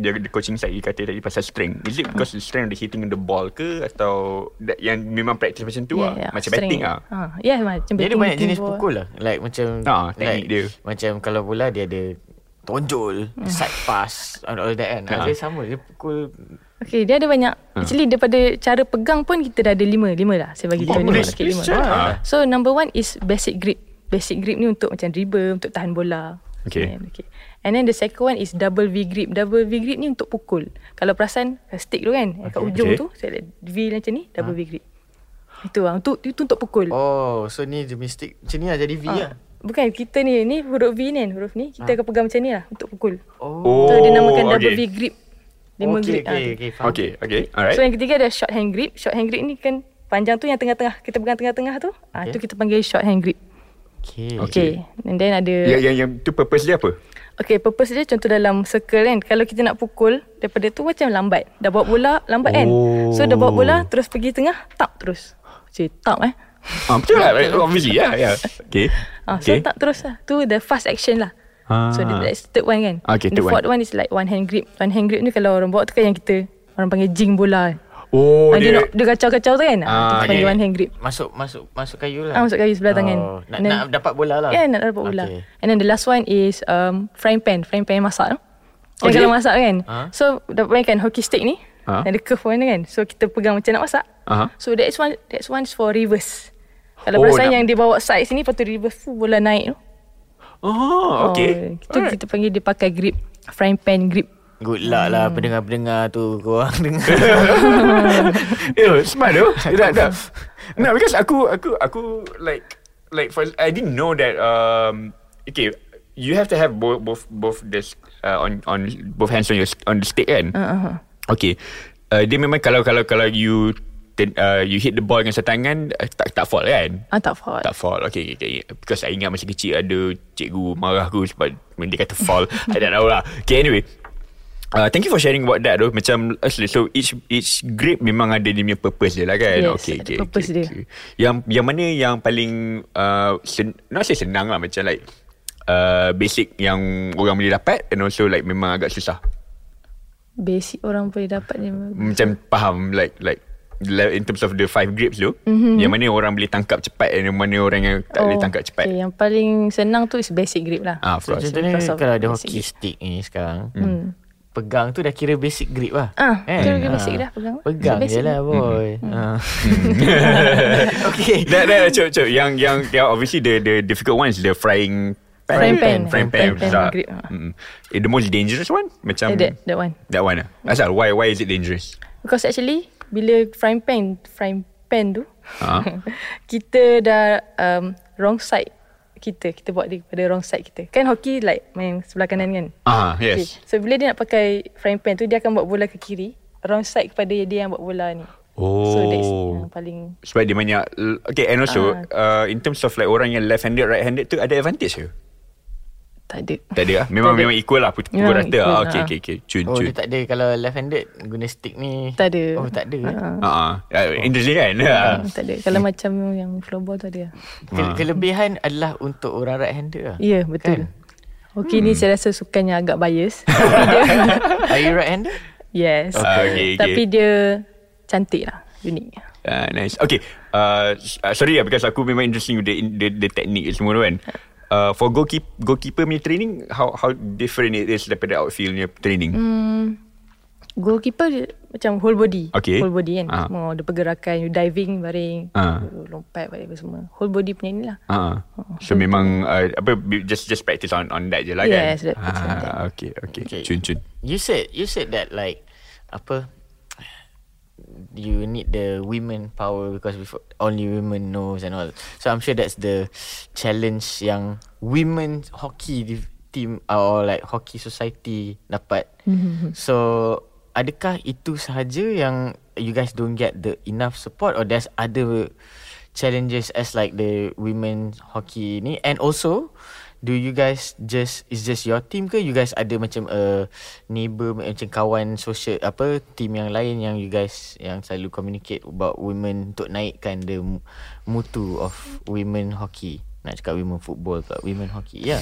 S2: the, the coaching side you kata tadi pasal strength. Is it because the strength of the hitting the ball ke atau that, yang memang practice macam tu lah? Macam
S3: strength.
S2: batting lah.
S3: Ha, yeah, macam
S1: Dia ada banyak
S3: batting, batting
S1: jenis
S3: ball.
S1: pukul lah Like macam
S2: Ah, teknik
S1: like,
S2: dia.
S1: Macam kalau bola dia ada Tonjol
S3: Hmm.
S1: Side pass And all that kan
S2: Ah.
S1: Ada sama Dia pukul
S3: Okay, dia ada banyak. Actually daripada cara pegang pun kita dah ada lima. Lima lah. Saya bagi
S2: Oh,
S3: tahu ni
S2: boleh.
S3: sikit lima.
S2: Please, ah.
S3: So number one is basic grip. Basic grip ni untuk macam dribble, untuk tahan bola.
S2: Okay.
S3: And, okay. And then the second one is double V grip. Double V grip ni untuk pukul. Kalau perasan stick tu kan, okay. kat ujung
S2: Okay. Ah.
S3: tu saya ada V macam ni, double V grip. Itu lah. Untuk, itu untuk pukul.
S1: Oh So ni dia mistake Macam ni lah jadi V lah
S2: ya.
S3: Ah. Bukan kita ni, ni huruf V ni kan, huruf ni kita akan pegang macam ni lah untuk pukul.
S1: Oh
S2: Ah. Oh.
S3: So dia namakan
S2: okay.
S3: double V grip. Lima
S1: okay,
S3: grip. ah.
S1: okay, okay, faham.
S2: Okay. Okay.
S3: Right.
S2: Alright.
S3: So eh, yang ketiga ada short hand grip. Short hand grip ni kan panjang tu yang tengah-tengah. Kita pegang tengah-tengah tu. Ah
S1: Okay.
S3: tu kita panggil short hand grip.
S1: okay.
S3: Okay. okay. And then ada
S2: yang yang yang tu purpose dia apa?
S3: Okay, purpose dia contoh dalam circle kan. Kalau kita nak pukul daripada tu macam lambat. Dah bawa bola, lambat kan. So dah bawa bola terus pergi tengah, tap terus. Cik, tap eh.
S2: Ah, betul lah. right? Obviously lah. Yeah. Okay.
S3: Ah,
S2: okay.
S3: okay. So tap terus lah. Tu the fast action lah.
S2: Ah.
S3: So the, that's third one kan.
S2: Okay,
S3: the
S2: third
S3: fourth one. is like one hand grip. One hand grip ni kalau orang bawa tu kan yang kita orang panggil jing bola.
S2: Oh,
S3: Oh,
S2: dia,
S3: dia, nak- dia kacau-kacau tu kan. Ah, kita
S2: Ah,
S3: panggil
S1: okay.
S3: one hand grip.
S1: Masuk masuk masuk kayu lah
S3: Ah, masuk kayu sebelah tangan.
S1: Nak,
S3: And then-
S1: nak dapat bola lah
S3: Ya, yeah, nak dapat
S1: okay.
S3: bola. Okay. And then the last one is um, frying pan. Frying pan yang masak tu. Kan
S2: Okay.
S3: kalau masak kan.
S1: Ah.
S3: Uh-huh. So, dapat main kan hockey stick ni.
S2: Ah.
S3: Uh-huh. Ada curve pun kan. So, kita pegang macam nak masak.
S2: Aha.
S3: So, that's one that's one is for reverse. Kalau
S2: Oh,
S3: oh, perasan
S2: nak-
S3: yang dia bawa side sini, lepas tu reverse, fuh, bola naik tu.
S2: Oh, okay.
S3: Oh, itu kita panggil dia pakai grip. Frying pan grip.
S1: Good luck
S3: Hmm.
S1: lah Pendengar-pendengar tu Korang dengar
S2: Eh, smart though. Dah, dah. No, because aku, aku, aku like, like for, I didn't know that. Um, okay, you have to have both, both, both this uh, on, on both hands on your on the stick kan. Uh-huh. Okay, uh, dia memang kalau kalau kalau you ten- uh, you hit the ball dengan setangan uh, tak tak fall kan.
S3: Ah, tak fault.
S2: Tak fall okay, okay, okay. Because I ingat masa kecil Ada cikgu marah aku Sebab when Dia kata fall I don't know lah Okay anyway Uh, thank you for sharing about that though. Macam asli so each each grip memang ada dia punya purpose dia lah kan.
S3: Yes, ada purpose dia.
S2: Yang yang mana yang paling uh, sen, not say senang lah macam like uh, basic yang orang boleh dapat and also like memang agak susah.
S3: Basic orang boleh dapat ni.
S2: Macam faham like like like in terms of the five grips tu
S3: Mhm.
S2: mm-hmm. yang mana orang boleh tangkap cepat and yang mana orang yang tak oh, boleh tangkap cepat.
S3: Okay, yang paling senang tu is basic grip lah.
S2: Ah, of
S1: So
S2: course.
S1: contohnya
S3: Because of
S1: Kalau ada
S3: basic
S1: hockey
S3: grip.
S1: stick ni sekarang hmm. Pegang tu dah kira basic grip lah
S3: Ah,
S1: Kan?
S2: eh.
S3: kira-kira
S1: Ah.
S3: basic dah, pegang.
S1: Pegang je
S3: Basic Hmm.
S1: lah boy Ah. Okay
S2: Dah dah cuk cuk yang yang yang obviously the the difficult one is the frying pan.
S3: Frying pan.
S2: Frying pan.
S3: Frying pan
S2: besar.
S3: grip.
S2: Mm. Eh, the most dangerous one macam
S3: Eh, that, that one.
S2: that one. ah. Asal why why is it dangerous?
S3: Because actually bila frying pan frying pan tu
S2: Ha.
S3: kita dah um, wrong side kita kita buat dia pada wrong side kita. Kan hoki like main sebelah kanan kan.
S2: Ah, yes.
S3: So bila dia nak pakai frying pan tu dia akan buat bola ke kiri, wrong side kepada dia yang buat bola ni. So that's
S2: Oh.
S3: yang paling
S2: Sebab dia banyak Okay and also uh,
S3: Ah.
S2: In terms of like Orang yang left handed Right handed tu Ada advantage ke?
S3: tak ada.
S2: Tak ada lah Memang
S3: Tak ada.
S2: memang equal lah Pukul pukul
S3: Memang
S2: rata
S3: equal,
S2: ah, Okay
S3: ah.
S2: okay okay Cun
S1: Oh
S2: cun
S1: dia tak ada Kalau left handed Guna stick ni
S3: Tak ada. Ha,
S1: Oh tak ada uh
S2: Ah, ah.
S3: Oh.
S2: Ah, Interesting kan Ah.
S3: Tak ada. Kalau macam yang floorball tu ada.
S1: Ke- Kelebihan adalah Untuk orang right handed lah
S3: Ya, yeah,
S1: Kan?
S3: betul.
S2: Hmm.
S3: Hoki ni saya rasa sukannya agak bias. Tapi dia
S1: Are you right handed?
S3: Yes.
S2: Ah, okay, okay.
S3: Tapi dia cantik lah. Unik.
S2: Uh, nice. Okay. Uh, s- uh, sorry lah because aku memang interesting with the, the, the technique semua tu kan. Uh, for goalkeeper, goalkeeper punya training, how how different it is daripada outfield punya training? Mm.
S3: Goalkeeper dia macam whole body.
S2: Okay.
S3: Whole body kan.
S2: Ah.
S3: Semua ada pergerakan. You diving baring.
S2: Ah.
S3: You lompat baring apa semua. Whole body punya ni lah.
S2: Uh, so memang uh, apa just just practice on on that je lah kan.
S3: Yes, that- practice on that.
S2: Ah, okay, okay. okay. Cun cun.
S1: You said you said that like apa you need the women power because before, only women knows and all. So I'm sure that's the challenge yang women hockey div- team or like hockey society dapat. so adakah itu sahaja yang you guys don't get the enough support or there's other challenges as like the women hockey ni and also do you guys just is just your team ke you guys ada macam a neighbor macam kawan social apa team yang lain yang you guys yang selalu communicate about women untuk naikkan the mu- mutu of women hockey nak cakap women football ke women hockey ya yeah.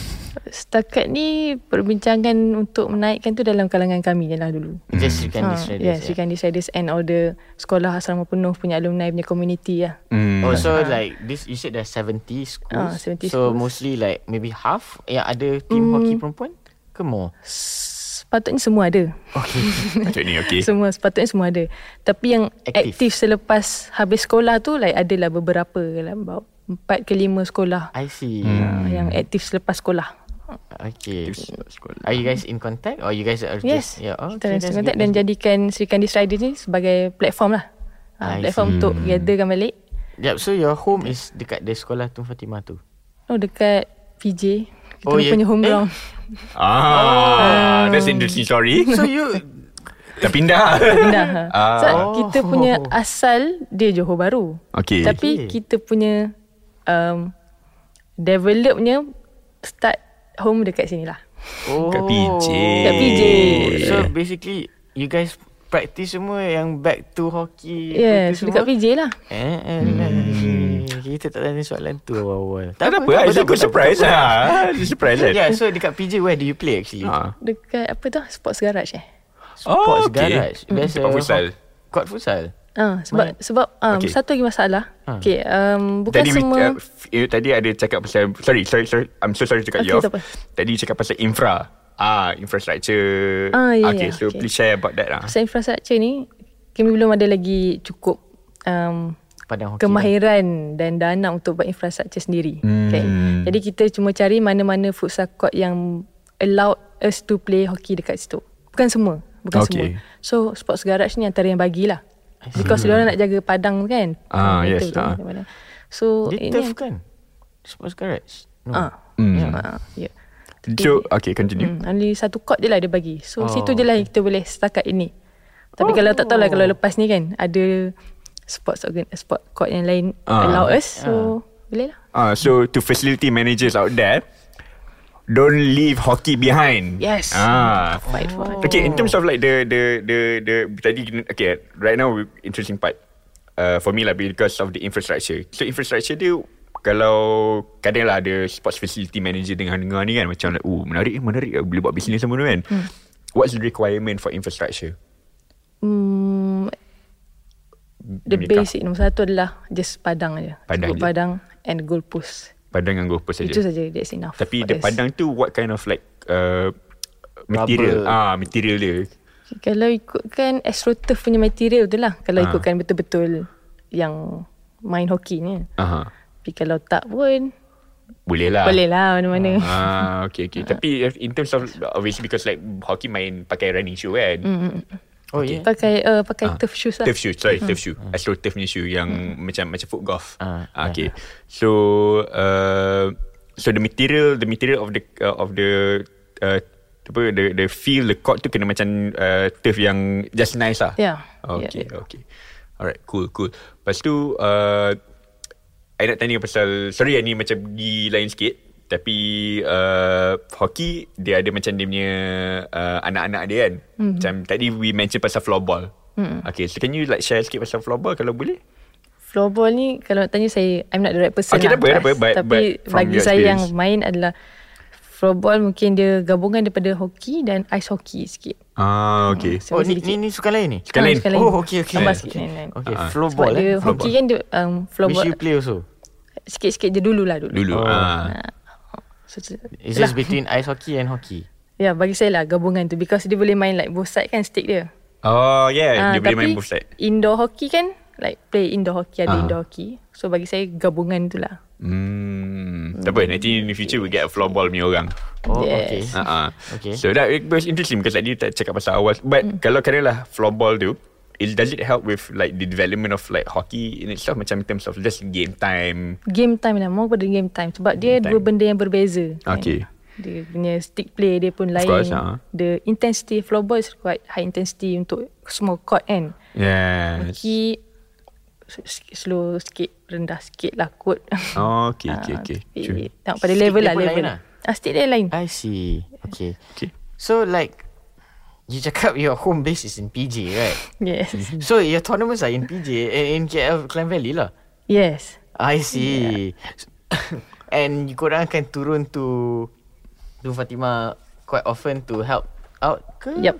S3: Setakat ni perbincangan untuk menaikkan tu dalam kalangan kami je lah dulu.
S1: just you can
S3: Ah,
S1: this
S3: yes, you can deciders and all the sekolah asrama penuh punya alumni punya community lah.
S2: Hmm.
S1: Oh so like this you said there's 70 schools.
S3: Ah,
S1: so
S3: 70 schools. Hmm.
S1: mostly like maybe half yang ada team hockey perempuan ke more?
S3: Sepatutnya semua ada.
S2: Macam ni okay.
S3: Semua sepatutnya semua ada. Tapi yang
S1: Aktif.
S3: aktif, aktif selepas habis sekolah tu like adalah beberapa lah about 4 ke 5 sekolah
S1: I see.
S3: ah, yang aktif selepas sekolah.
S1: Okay. Are you guys in contact or you guys are
S3: Yes.
S1: just yeah, oh,
S3: kita
S1: okay,
S3: rasa
S1: that's
S3: contact
S1: good,
S3: dan
S1: that's good.
S3: jadikan Sri Kandis Rider ni sebagai platform lah. Ah,
S1: I
S3: platform untuk
S1: Hmm.
S3: gatherkan balik.
S1: Yep, so your home is dekat the sekolah tu Fatimah tu.
S3: Oh dekat PJ. Kita
S1: Oh,
S3: oh,
S1: ya.
S3: punya home
S1: Eh.
S3: ground. Oh.
S2: Ah, that's interesting. Sorry.
S1: So you
S2: Dah pindah.
S3: Pindah.
S2: Ah.
S3: Ah. So, kita
S1: Oh.
S3: punya asal dia Johor Bahru.
S1: Okay.
S2: Okay.
S3: Tapi kita punya um, developnya start home dekat sini lah.
S1: oh
S2: Kat PJ.
S3: Kat PJ.
S1: So basically you guys practice semua yang back to hockey
S3: Yes,
S1: tu
S3: dekat
S1: semua?
S3: PJ lah.
S1: Eh, eh, hmm. Kita tak tanya soalan tu awal-awal.
S2: Tak apa, it's a good surprise lah. It's a surprise kan.
S1: Yeah, so dekat PJ where do you play actually?
S2: Ah.
S3: Dekat apa tu? Sports Garage eh?
S1: Sports
S2: Oh, okay.
S1: garage.
S3: Hmm.
S1: There's
S2: Tempat
S1: a
S2: futsal.
S1: ho- Court futsal.
S3: Ah,
S1: Mana?
S3: sebab sebab um,
S2: Okay.
S3: okay. satu lagi masalah.
S1: Ah.
S3: Okay, um, bukan
S2: tadi we-
S3: semua
S2: uh, f- eh, tadi ada cakap pasal sorry sorry sorry I'm so sorry cakap
S3: Okay,
S2: you off.
S3: tak apa.
S2: Tadi cakap pasal infra. Ah, infrastructure.
S3: Ah, ya,
S2: okay,
S3: ya,
S2: so
S3: okay.
S2: please share about that lah.
S3: pasal infrastruktur ni kami belum ada lagi cukup um,
S1: Padang hoki.
S3: kemahiran dan dana untuk buat infrastruktur sendiri.
S2: Hmm.
S3: Okay. Jadi kita cuma cari mana-mana futsal court yang allow us to play hockey dekat situ. Bukan semua, bukan
S2: Okay.
S3: semua. So sports garage ni antara yang bagilah. Because diorang nak jaga padang tu kan.
S2: Ah, yes,
S3: Betul tu,
S2: ah.
S3: padang. So
S1: Dia turf kan? Sports garage. No.
S3: Ah.
S2: Hmm.
S1: Yeah.
S3: Ah, yeah.
S2: So, okay, continue.
S3: Hmm, only satu court je lah dia bagi.
S1: Oh.
S3: So oh. situ je lah yang kita boleh setakat ini. Tapi oh. kalau tak tahulah kalau lepas ni kan ada sports organ, sport court yang lain
S2: Ah.
S3: uh. allow us. So uh. boleh lah.
S2: Ah, so to facility managers out there, don't leave hockey behind.
S3: Yes.
S2: Ah.
S3: Fight for it.
S2: Okay, in terms of like the the the the tadi okay, right now we- interesting part uh, for me lah because of the infrastructure. So infrastructure dia kalau kadang lah ada sports facility manager dengar-dengar ni kan macam like, oh menarik menarik boleh buat bisnes sama tu kan. Hmm. What's the requirement for infrastructure?
S3: Hmm, the
S2: Nikah.
S3: basic nombor satu adalah just padang je.
S2: Padang
S3: Cukup
S2: je.
S3: padang and goal post.
S2: Padang dengan goalpost saja.
S3: Itu saja that's enough.
S2: Tapi
S3: for
S2: the
S3: us.
S2: padang tu what kind of like uh, material?
S1: Rubber.
S2: Ah, material dia.
S3: Kalau ikutkan astroturf punya material tu lah. Kalau
S2: Ah.
S3: ikutkan betul-betul yang main hoki ni.
S2: Aha.
S3: Tapi kalau tak pun
S2: Boleh lah.
S3: boleh lah mana-mana.
S2: Ah, okay, okay. Tapi if- in terms of obviously because like hockey main pakai running shoe kan.
S1: Oh yeah.
S3: Pakai uh, pakai
S2: Ah,
S3: turf shoes lah.
S2: Turf shoe, sorry, turf shoe. Astro turf punya shoe yang macam macam foot golf.
S1: Ah,
S2: Ah, okay. So uh, so the material the material of the uh, of the uh, apa the the feel the court tu kena macam uh, turf yang just nice lah.
S3: Yeah.
S2: Okay,
S3: Yeah.
S2: okay. Alright, cool, cool. Lepas tu uh, I nak tanya pasal Sorry lah ni macam pergi lain sikit Tapi uh, Hockey Dia ada macam dia punya uh, Anak-anak dia kan
S3: Mhm.
S2: mm-hmm. Macam tadi we mention pasal floorball mm-hmm. Okay so can you like share sikit pasal floorball Kalau boleh
S3: Floorball ni kalau nak tanya saya I'm not the right person
S2: Okay,
S3: lah
S2: tak apa, tak apa,
S3: Tapi
S2: but- but from
S3: bagi
S2: your
S3: saya yang
S2: experience.
S3: main adalah Floorball mungkin dia gabungan daripada hoki dan ice hockey sikit.
S2: Ah, okay.
S1: Oh,
S3: Sebab
S1: ni,
S3: sedikit.
S1: ni, ni sukan lain ni?
S2: Sukan
S3: Ah,
S2: lain.
S3: sukan
S1: Oh, okay, okay.
S3: Tambah
S2: Yes.
S3: sikit lain-lain.
S1: Okay,
S2: Ah, ah.
S3: Sebab
S1: floorball
S3: dia
S1: eh?
S3: hoki kan dia um,
S1: Which
S3: floorball
S1: you play also?
S3: sikit-sikit je dululah dulu.
S2: Dulu.
S1: Oh.
S2: Ah.
S3: So,
S1: It's
S3: lah.
S1: just between ice hockey and hockey.
S3: Ya, yeah, bagi saya lah gabungan tu because dia boleh main like both side kan stick dia.
S2: Oh, yeah. dia
S3: Ah,
S2: boleh
S3: tapi
S2: main both side.
S3: Indoor hockey kan like play indoor hockey
S2: Ah.
S3: ada indoor hockey. So bagi saya gabungan tu lah.
S2: Hmm. Tak apa, nanti in the future we get a floorball punya orang.
S1: Oh,
S3: Yes.
S1: okay.
S2: Uh-uh.
S1: Okay.
S2: So that it was interesting because tadi tak cakap pasal awal. But mm. kalau katalah floorball tu, it does it help with like the development of like hockey in itself macam in terms of just game time.
S3: Game time lah More pada game time Sebab dia
S2: Game
S3: dua
S2: time.
S3: benda yang berbeza
S2: Okay.
S3: Dia punya stick play Dia pun lain
S2: course, ah.
S3: The intensity Floorball is quite high intensity Untuk semua court kan
S2: Yes.
S3: Hockey s- Slow sikit Rendah sikit lah kot
S2: Oh, okay,
S3: Ah,
S2: okay, okay. True.
S3: tapi Tengok pada
S1: Stick
S3: level
S1: dia
S3: lah
S1: pun
S3: level.
S1: lain lah.
S3: Ah, stick dia lain
S1: I see. Okay.
S2: Okay.
S1: So like, you cakap your home base is in PJ, right?
S3: Yes
S2: Hmm. Mm-hmm.
S1: so your tournaments are in PJ, eh, in KL Klang Valley lah.
S3: Yes
S1: I see. And you korang akan turun to to Fatima quite often to help out ke?
S3: Yup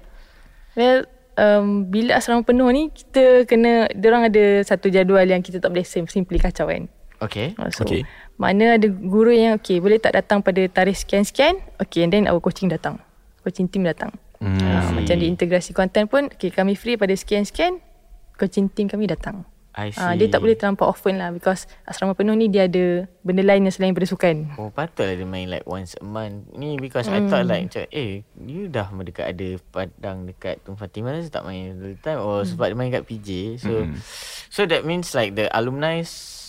S3: Well um, Bila asrama penuh ni Kita kena Diorang ada satu jadual Yang kita tak boleh sim- Simply kacau kan
S1: Okay.
S3: Uh, So,
S2: Okay.
S3: okay. Mana ada guru yang okay, boleh tak datang pada tarikh sekian-sekian? Okay, and then our coaching datang. Coaching team datang.
S2: Hmm.
S3: Uh,
S1: see.
S3: macam di integrasi konten pun, okay, kami free pada sekian-sekian, coaching team kami datang.
S1: I see.
S3: Uh, dia tak boleh terlampau often lah because asrama penuh ni dia ada benda lain yang selain bersukan.
S1: Oh patutlah dia main like once a month Ni because I
S3: Hmm.
S1: thought like macam Eh you dah dekat ada padang dekat Tun Fatimah Saya tak main all the time Or
S3: Hmm.
S1: sebab dia main kat PJ So so that means like the alumni s-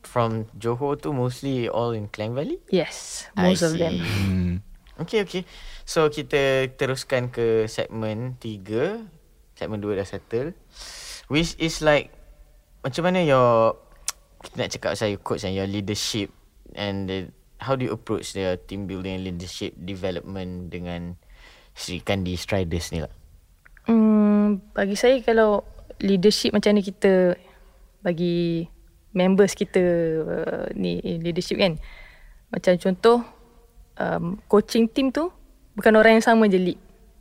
S1: From Johor tu mostly all in Klang Valley
S3: Yes,
S1: I
S3: most of
S1: see.
S3: them.
S2: Hmm.
S1: Okay okay So kita teruskan ke segmen 3 Segmen 2 dah settle Which is like Macam mana your Kita nak cakap pasal your coach and your leadership And the, how do you approach the team building and leadership development Dengan Sri Kandi Striders ni lah
S3: Hmm, bagi saya kalau leadership macam mana kita bagi members kita uh, ni leadership kan. Macam contoh um, coaching team tu bukan orang yang sama je lead.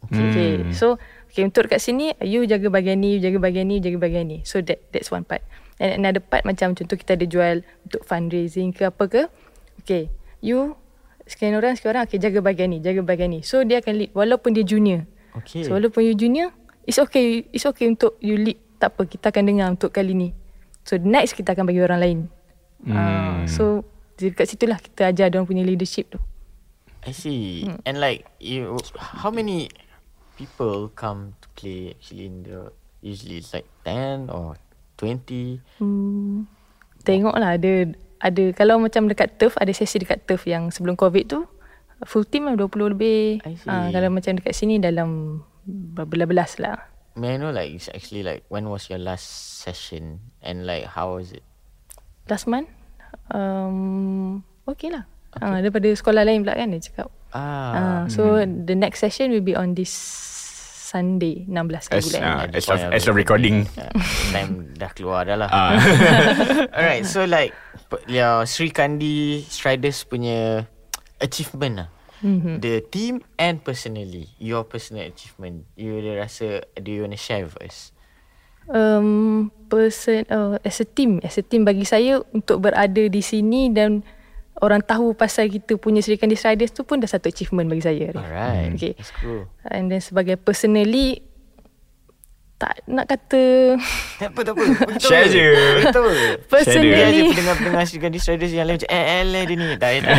S3: Okay. okay. So okay untuk kat sini you jaga bahagian ni, you jaga bahagian ni, you jaga bahagian ni. So that that's one part. And another part macam contoh kita ada jual untuk fundraising ke apa ke. Okay. You sekian orang sekian orang okay jaga bahagian ni, jaga bahagian ni. So dia akan lead walaupun dia junior.
S1: Okay
S3: So walaupun you junior It's okay It's okay untuk you lead Tak apa Kita akan dengar untuk kali ni So next kita akan bagi orang lain hmm. uh, So Dekat situ lah Kita ajar dia punya leadership tu
S1: I see And like you, How many people come to play actually in the Usually it's like 10 or 20
S3: hmm. Tengok lah Ada ada Kalau macam dekat turf Ada sesi dekat turf Yang sebelum covid tu Full team lah 20 lebih
S1: I see.
S3: Ah, Kalau macam dekat sini Dalam Berbelas-belas lah
S1: May I know like it's actually like when was your last session and like how was it?
S3: Last month um, Okay lah okay. Uh, Daripada sekolah lain pula kan Dia cakap
S1: Ah,
S3: Ah, so the next session will be on this Sunday 16
S2: As,
S3: bulan.
S2: uh,
S1: That's
S2: as of
S1: why I
S2: as of
S1: was-
S2: recording.
S1: uh, time dah keluar dah lah.
S2: Ah.
S1: Alright, so like p- your Sri Kandi Striders punya achievement lah. Mm-hmm. The team and personally, your personal achievement. You ada rasa do you want to share with us?
S3: um person uh, as a team, as a team bagi saya untuk berada di sini dan orang tahu pasal kita punya Serikan Riders tu pun dah satu achievement bagi saya. Arif.
S1: Alright,
S3: Okay.
S1: let's go.
S3: And then sebagai personally tak nak kata
S1: Tak apa, tak apa. Betul.
S2: Share je.
S1: Betul. Share je
S3: personally
S1: pendengar-pendengar Sri Kandi Striders yang lain macam eh, eh, lah dia ni. Tak, tak.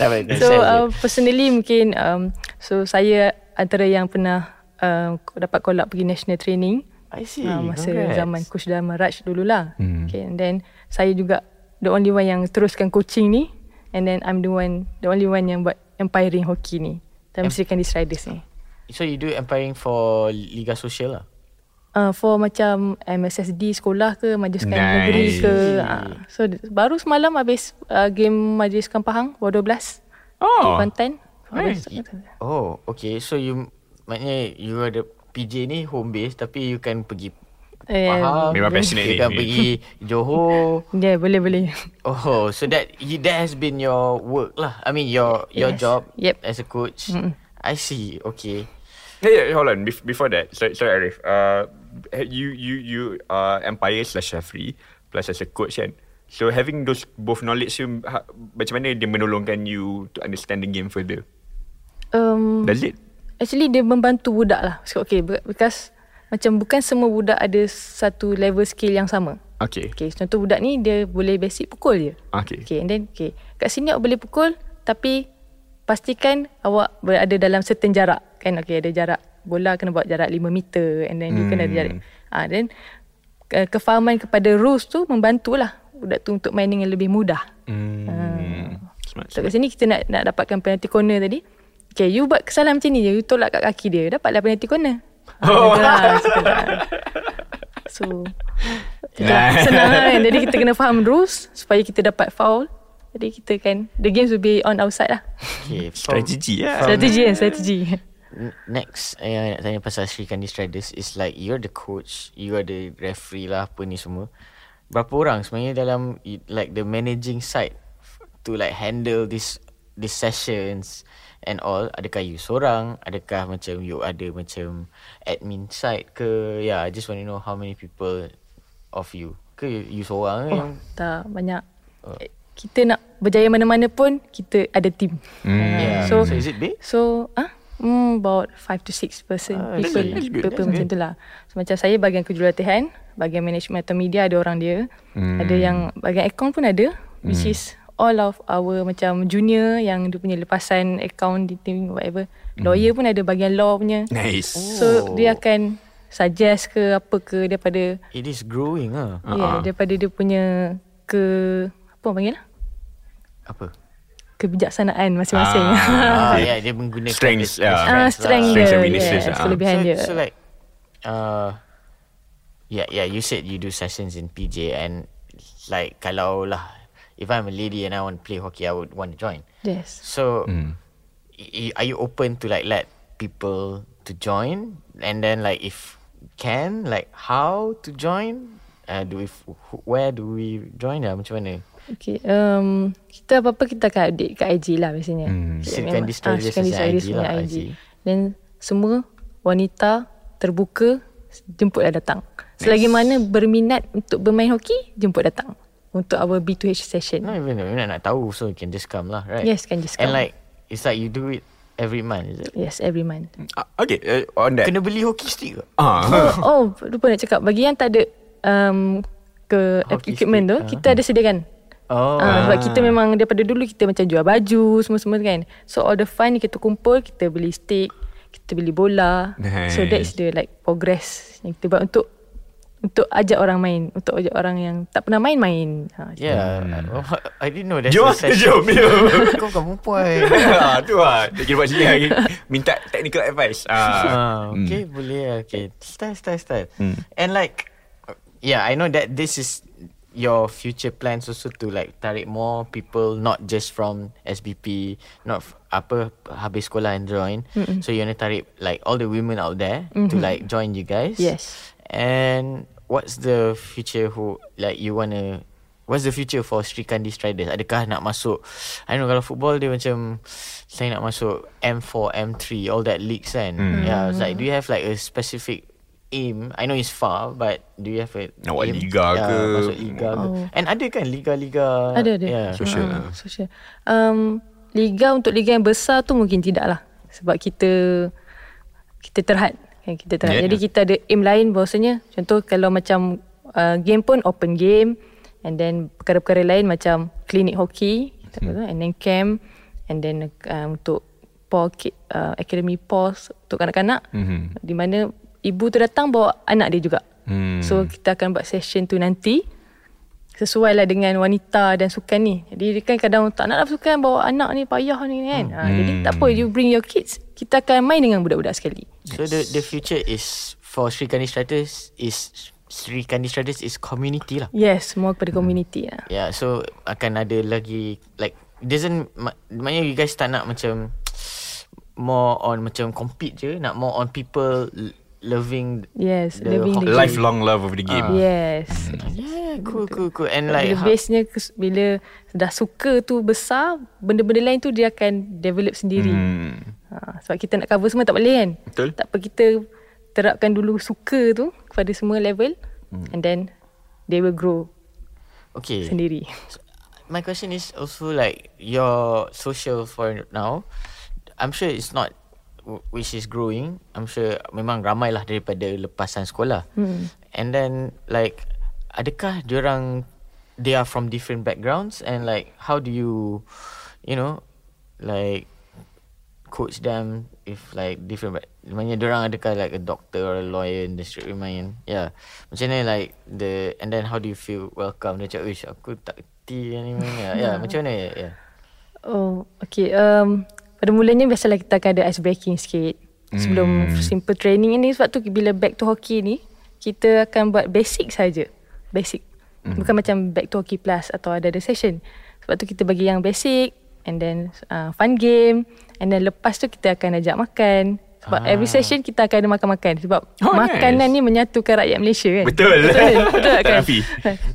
S1: Tak apa,
S3: So
S1: share je.
S3: uh, personally mungkin um, so saya antara yang pernah uh, dapat call up pergi national training
S1: I see.
S3: uh, masa
S1: Congrats.
S3: zaman Coach Dharma Raj dululah. Hmm. Okay and then saya juga the only one yang teruskan coaching ni and then I'm the one the only one yang buat umpiring hoki ni. Dan Sri Kandi Riders ni.
S1: So you do umpiring for Liga Sosial lah?
S3: Uh, for macam MSSD sekolah ke Majliskan
S2: Nice.
S3: nice. Negeri ke uh, So baru semalam habis uh, game Majliskan Pahang Bawah 12
S2: Oh.
S3: Pantan
S1: Nice. Oh, okay. So you maknanya you ada PJ ni home base tapi you can kan pergi
S3: Eh,
S1: Faham
S2: Memang
S1: Dia
S2: passionate ni.
S1: akan pergi Johor
S3: Yeah, ya, boleh boleh.
S1: Oh, so that y- that has been your work lah. I mean your your
S3: Yes.
S1: job
S3: Yep.
S1: as a coach. I see. Okay.
S2: Yeah, yeah, hold on. Bef- before that, sorry, sorry Arif. Uh, you you you uh Empire slash Shafri plus as a coach kan. So having those both knowledge you ha, macam mana dia menolongkan you to understand the game further?
S3: Um,
S2: Does it?
S3: Actually dia membantu budak lah Cakap okay be- Because Macam bukan semua budak Ada satu level skill yang sama
S2: Okay.
S3: Okay contoh budak ni Dia boleh basic pukul je
S2: Okay.
S3: Okay and then okay Kat sini awak boleh pukul Tapi Pastikan Awak berada dalam certain jarak Kan okay ada jarak Bola kena buat jarak 5 meter And then hmm. you kena ada jarak ah, Then ke- Kefahaman kepada rules tu Membantulah Budak tu untuk main dengan lebih mudah
S2: Hmm. Smart.
S3: So kat sini kita nak nak dapatkan penalty corner tadi. Okay, you buat kesalahan macam ni je. You tolak kat kaki dia. Dapatlah penalty corner. Oh. Lah, suka lah. so, itulah. senang lah kan. Jadi kita kena faham rules supaya kita dapat foul. Jadi kita kan, the games will be on outside lah.
S1: Okay. From,
S2: Strategi lah.
S3: Strategi kan, strategi.
S1: n- next eh, yang nak tanya pasal Sri Kandi Striders is like you're the coach, you are the referee lah apa ni semua. Berapa orang sebenarnya dalam i- like the managing side f- to like handle this these sessions and all adakah you seorang adakah macam you ada macam admin side ke yeah I just want to know how many people of you ke you, you seorang oh.
S3: Oh, tak banyak. Kita nak berjaya mana-mana pun, kita ada team. Ah,
S1: Yeah.
S3: So-
S1: Ya. so is it big?
S3: So ah hmm, About 5 to 6 person
S1: Ah,
S3: uh,
S1: that's
S3: People,
S1: good, that's
S2: good,
S3: people
S2: that's
S3: macam tu lah so, Macam saya bagian kejulatihan Bagian management atau media ada orang dia hmm. Ada yang Bagian account pun ada Which
S1: Hmm.
S3: is All of our macam junior Yang dia punya lepasan account Dating whatever Lawyer pun ada bagian law punya
S1: Hmm.
S2: Nice.
S1: Oh.
S3: So dia akan Suggest ke apa ke Daripada
S1: It is growing ah.
S3: uh-huh. yeah, Daripada dia punya Ke Apa orang panggil lah
S1: Apa?
S3: Kebijaksanaan masing-masing
S1: Ah, lah.
S2: Okay.
S1: yeah, dia menggunakan
S2: Strengths,
S1: the- the
S2: yeah.
S3: Ah,
S1: strengths
S3: strength
S2: Strengths
S3: dia
S2: and weaknesses,
S3: yes,
S2: ah.
S3: Kelebihan
S1: so,
S3: dia
S1: So like, uh, yeah, yeah. You said you do sessions in PJ and like kalau lah, if I'm a lady and I want to play hockey, I would want to join.
S3: Yes
S1: So, y- y- are you open to like let people to join and then like if can like how to join? Uh, do we f- wh- where do we join? Lah? Macam mana?
S3: Okay, um, kita apa-apa kita akan update kat IG lah biasanya. Hmm.
S1: Sirkan di stories
S3: di
S1: sesian
S3: stories
S1: IG
S3: punya
S1: lah,
S3: IG.
S1: IG.
S3: Dan semua wanita terbuka jemputlah datang. Selagi mana berminat untuk bermain hoki, jemput datang untuk our B2H session.
S1: Not even we're not nak tahu So you can just come lah right
S3: Yes, can just
S1: And
S3: come.
S1: like It's like you do it Every month is it?
S3: Yes, every month.
S2: Ah, okay, uh, on that.
S1: Kena beli hockey stick ke?
S2: Ah,
S3: Oh, lupa nak cakap. Bagi yang tak ada um, ke
S1: Hoki
S3: equipment
S1: stick,
S3: tu,
S1: ah.
S3: kita ada sediakan.
S1: Oh
S3: Oh. Uh, sebab kita memang daripada dulu kita macam jual baju semua-semua tu kan. So all the fun yang kita kumpul, kita beli stick, kita beli bola.
S2: Nice.
S3: So that's the like progress yang kita buat untuk untuk ajak orang main, untuk ajak orang yang tak pernah main main. Ha, yeah.
S1: Yeah I, I didn't know That's
S2: Hmm.
S1: a
S2: jom,
S1: session
S2: jom, jom.
S1: Kau bukan perempuan
S2: ah, tu lah. Dia kira buat sini lagi. Minta technical advice. Ah. Hmm.
S1: Ah, okay, boleh lah. Okay, style, style, style. And like, yeah, I know that this is your future plans also to like tarik more people, not just from SBP, not f- apa habis sekolah and join. So you want to tarik like all the women out there to like join you guys.
S3: Yes.
S1: And what's the future who like you wanna What's the future for Sri Kandi Striders? Adakah nak masuk I don't know kalau football dia macam Saya nak masuk M4, M3 All that leagues kan
S2: Hmm.
S1: mm. Yeah it's like Do you have like a specific aim? I know it's far But do you have a
S2: Nak buat
S1: aim?
S2: liga
S1: yeah,
S2: ke?
S1: Masuk liga oh. ke And ada kan liga-liga
S3: Ada ada.
S1: yeah.
S2: Social lah.
S3: Ha, social. Um, liga untuk liga yang besar tu mungkin tidak lah sebab kita kita terhad kan kita terhad.
S2: Yeah,
S3: Yeah, Jadi
S2: yeah.
S3: kita ada aim lain bahawasanya contoh kalau macam uh, game pun open game and then perkara-perkara lain macam klinik hoki tak apa tu, and then camp and then uh, untuk PAW ki- uh, Academy PAW untuk kanak-kanak mm-hmm. di mana ibu tu datang bawa anak dia juga. Mm. So kita akan buat session tu nanti sesuai lah dengan wanita dan sukan ni. Jadi dia kan kadang tak nak lah sukan bawa anak ni payah ni kan. Hmm. Ha, jadi tak apa you bring your kids. Kita akan main dengan budak-budak sekali.
S1: So the the future is For Sri Kandi Striders Is Sri Kandi Striders is community lah
S3: Yes, more kepada community lah.
S1: Yeah, Ya, so akan ada lagi like doesn't ma- maknanya you guys tak nak macam more on macam compete je, nak more on people l- loving
S3: Yes,
S1: The
S3: loving
S1: hockey.
S3: the game.
S2: Lifelong love of the game.
S3: Yes.
S1: Yeah, cool, cool, cool. And Hmm. like,
S3: Like,
S1: how-
S3: base-nya kes- bila dah suka tu besar, benda-benda lain tu dia akan develop sendiri.
S2: Hmm.
S3: Ha, sebab kita nak cover semua tak boleh kan.
S2: Betul.
S3: Tak apa kita terapkan dulu suka tu kepada semua level hmm. and then they will grow
S1: okay.
S3: sendiri.
S1: my question is also like your social for now. I'm sure it's not w- which is growing. I'm sure memang ramai lah daripada lepasan sekolah. Hmm. And then like adakah diorang they are from different backgrounds and like how do you you know like coach them if like different but Maksudnya diorang adakah like a doctor or a lawyer in the street main yeah Ya. macam mana like the and then how do you feel welcome dia cakap wish aku tak kerti ni main yeah, yeah. macam mana ya, yeah, yeah.
S3: Oh, okay. Um, pada mulanya biasalah kita akan ada ice breaking sikit. Sebelum simple training ni sebab tu bila back to hockey ni kita akan buat basic saja. Basic. Bukan macam back to hockey plus atau ada ada session. Sebab tu kita bagi yang basic and then uh, fun game and then lepas tu kita akan ajak makan. Sebab
S1: Ah.
S3: ah. every session kita akan ada makan-makan sebab
S2: Oh,
S3: oh,
S2: nice.
S3: makanan nice. ni menyatukan rakyat Malaysia kan.
S2: Betul.
S3: Betul, betul
S2: Tak
S3: kan.
S2: nafi.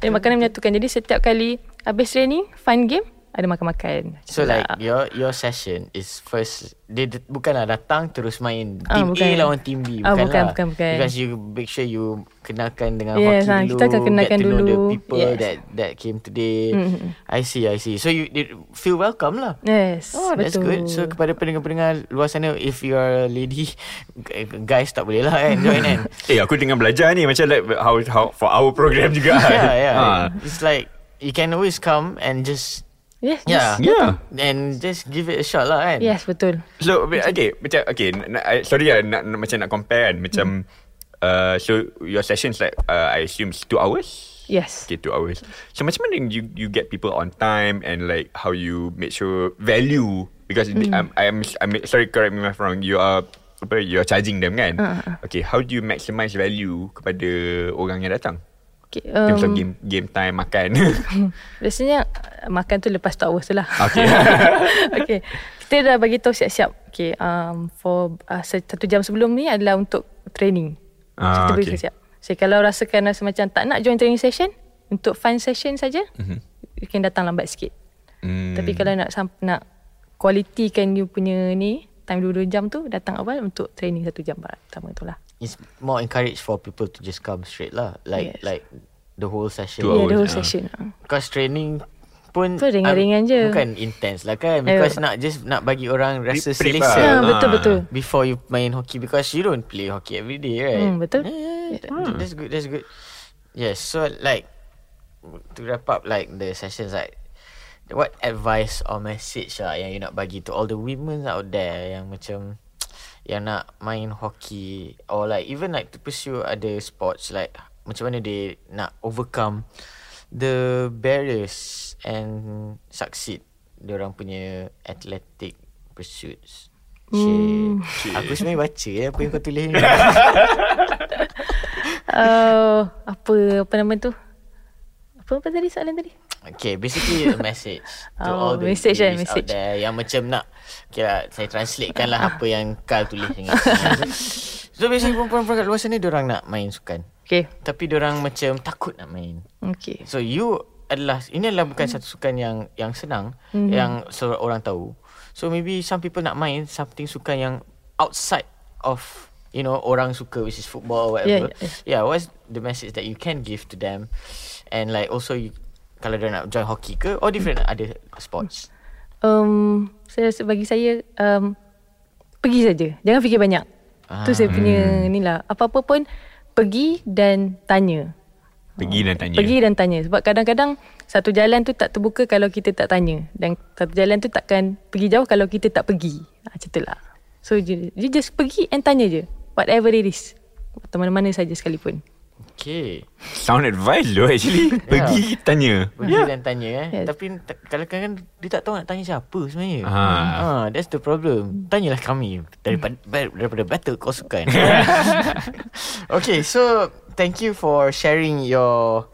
S3: Dan makanan menyatukan. Jadi setiap kali habis training fun game ada makan-makan.
S1: so like
S3: Ah.
S1: your your session is first dia d- bukanlah datang terus main
S3: Ah,
S1: team
S3: bukan.
S1: A lawan team B
S3: Ah, bukan,
S1: lah.
S3: bukan, bukan.
S1: because you make sure you kenalkan dengan
S3: Yes, ah,
S1: hockey dulu
S3: kita akan kenalkan
S1: get to know the
S3: dulu.
S1: people
S3: Yes.
S1: that that came today mm-hmm. I see I see so you, you feel welcome lah
S3: Yes,
S1: Oh,
S3: Ah, betul.
S1: that's good. So kepada pendengar-pendengar luar sana, if you are a lady, g- guys tak boleh lah kan join kan.
S2: Eh aku dengan belajar ni macam like how, how for our program juga.
S1: yeah, yeah.
S2: Ha.
S1: It's like you can always come and just
S3: yes,
S1: yeah,
S2: Yeah.
S1: and just give it a shot lah kan.
S3: yes, yes, betul.
S2: So okay macam okay nak, nak- sorry lah nak, nak, macam nak compare kan macam uh, so your sessions like uh, I assume it's two hours.
S3: Yes.
S2: Okay, two hours. So macam mana you you get people on time and like how you make sure value because the-
S3: Hmm.
S2: I'm, I'm I'm sorry correct me if I'm wrong. You are apa you are charging them kan?
S3: Ah,
S2: Okay, how do you maximize value kepada orang yang datang?
S3: Okay,
S2: In terms of
S3: um,
S2: game game time makan.
S3: biasanya uh, makan tu lepas tu hours tu lah.
S2: Okay.
S3: okay. Kita dah bagi tahu siap-siap. Okay, um, for uh, satu jam sebelum ni adalah untuk training. so,
S2: Ah,
S3: kita bagi
S2: okay.
S3: tahu siap. So, kalau rasakan rasa macam tak nak join training session, untuk fun session saja, mm-hmm. you can datang lambat sikit.
S2: Mhm. Hmm.
S3: Tapi kalau nak sam- nak kualitikan you punya ni, time 2 jam tu, datang awal untuk training satu jam pertama tu lah.
S1: It's more encouraged for people to just come straight lah. Like
S3: Yes.
S1: like the whole session.
S2: Two
S3: Yeah, the
S2: hours,
S3: whole
S2: ah.
S3: session. Uh.
S1: Because training pun
S3: Tu ringan-ringan
S1: um,
S3: je.
S1: Bukan intense lah kan. Because
S3: Eh.
S1: nak just nak bagi orang rasa
S2: Pre- prep
S1: selesa.
S2: lah.
S3: Ya,
S2: Ah.
S3: betul betul.
S1: before you main hockey because you don't play hockey every day, right?
S3: Hmm, betul. Hmm.
S1: Yeah, yeah, yeah. kan? Eh, That- That's good. That's good. Yes. So like to wrap up like the sessions like what advice or message lah yang you nak bagi to all the women out there yang macam yang nak main hockey or like even like to pursue other sports like macam mana they nak overcome the barriers and succeed orang punya athletic pursuits.
S3: Hmm.
S1: Cik. Aku sebenarnya baca ya apa yang kau tulis ni.
S3: Uh, apa apa nama tu? Apa apa tadi soalan tadi?
S1: Okay, basically a message to
S3: Oh,
S1: all the
S3: message eh,
S1: ladies
S3: message. Ah.
S1: out there yang macam nak kira saya translatekan lah apa yang Kal tulis ni. so basically perempuan-perempuan kat luar sana orang nak main sukan.
S3: Okay.
S1: Tapi orang macam takut nak main.
S3: Okay.
S1: So you adalah ini adalah bukan
S3: Hmm.
S1: satu sukan yang yang senang mm-hmm. yang seorang orang tahu. So maybe some people nak main something sukan yang outside of you know orang suka which is football or whatever.
S3: Yeah, yeah,
S1: yeah what's the message that you can give to them and like also you kalau dia nak join hockey ke or different
S3: Mm.
S1: other sports.
S3: Um, saya rasa bagi saya um, pergi saja. Jangan fikir banyak. Ah. Tu saya punya ni lah. Apa-apa pun pergi dan tanya.
S2: Pergi dan tanya.
S3: Pergi dan tanya sebab kadang-kadang satu jalan tu tak terbuka kalau kita tak tanya dan satu jalan tu takkan pergi jauh kalau kita tak pergi. Ha, macam itulah. So you, you just pergi and tanya je whatever it is. Atau mana-mana saja sekalipun.
S1: Okay.
S2: Sound advice lo actually. Pergi tanya.
S1: Pergi yeah. dan tanya eh.
S3: Yes.
S1: Tapi ta- kadang-kadang dia tak tahu nak tanya siapa sebenarnya.
S2: Ha.
S1: ha that's the problem. Tanyalah kami daripada
S3: Mm.
S1: ba- daripada battle kau sukan. okay, so thank you for sharing your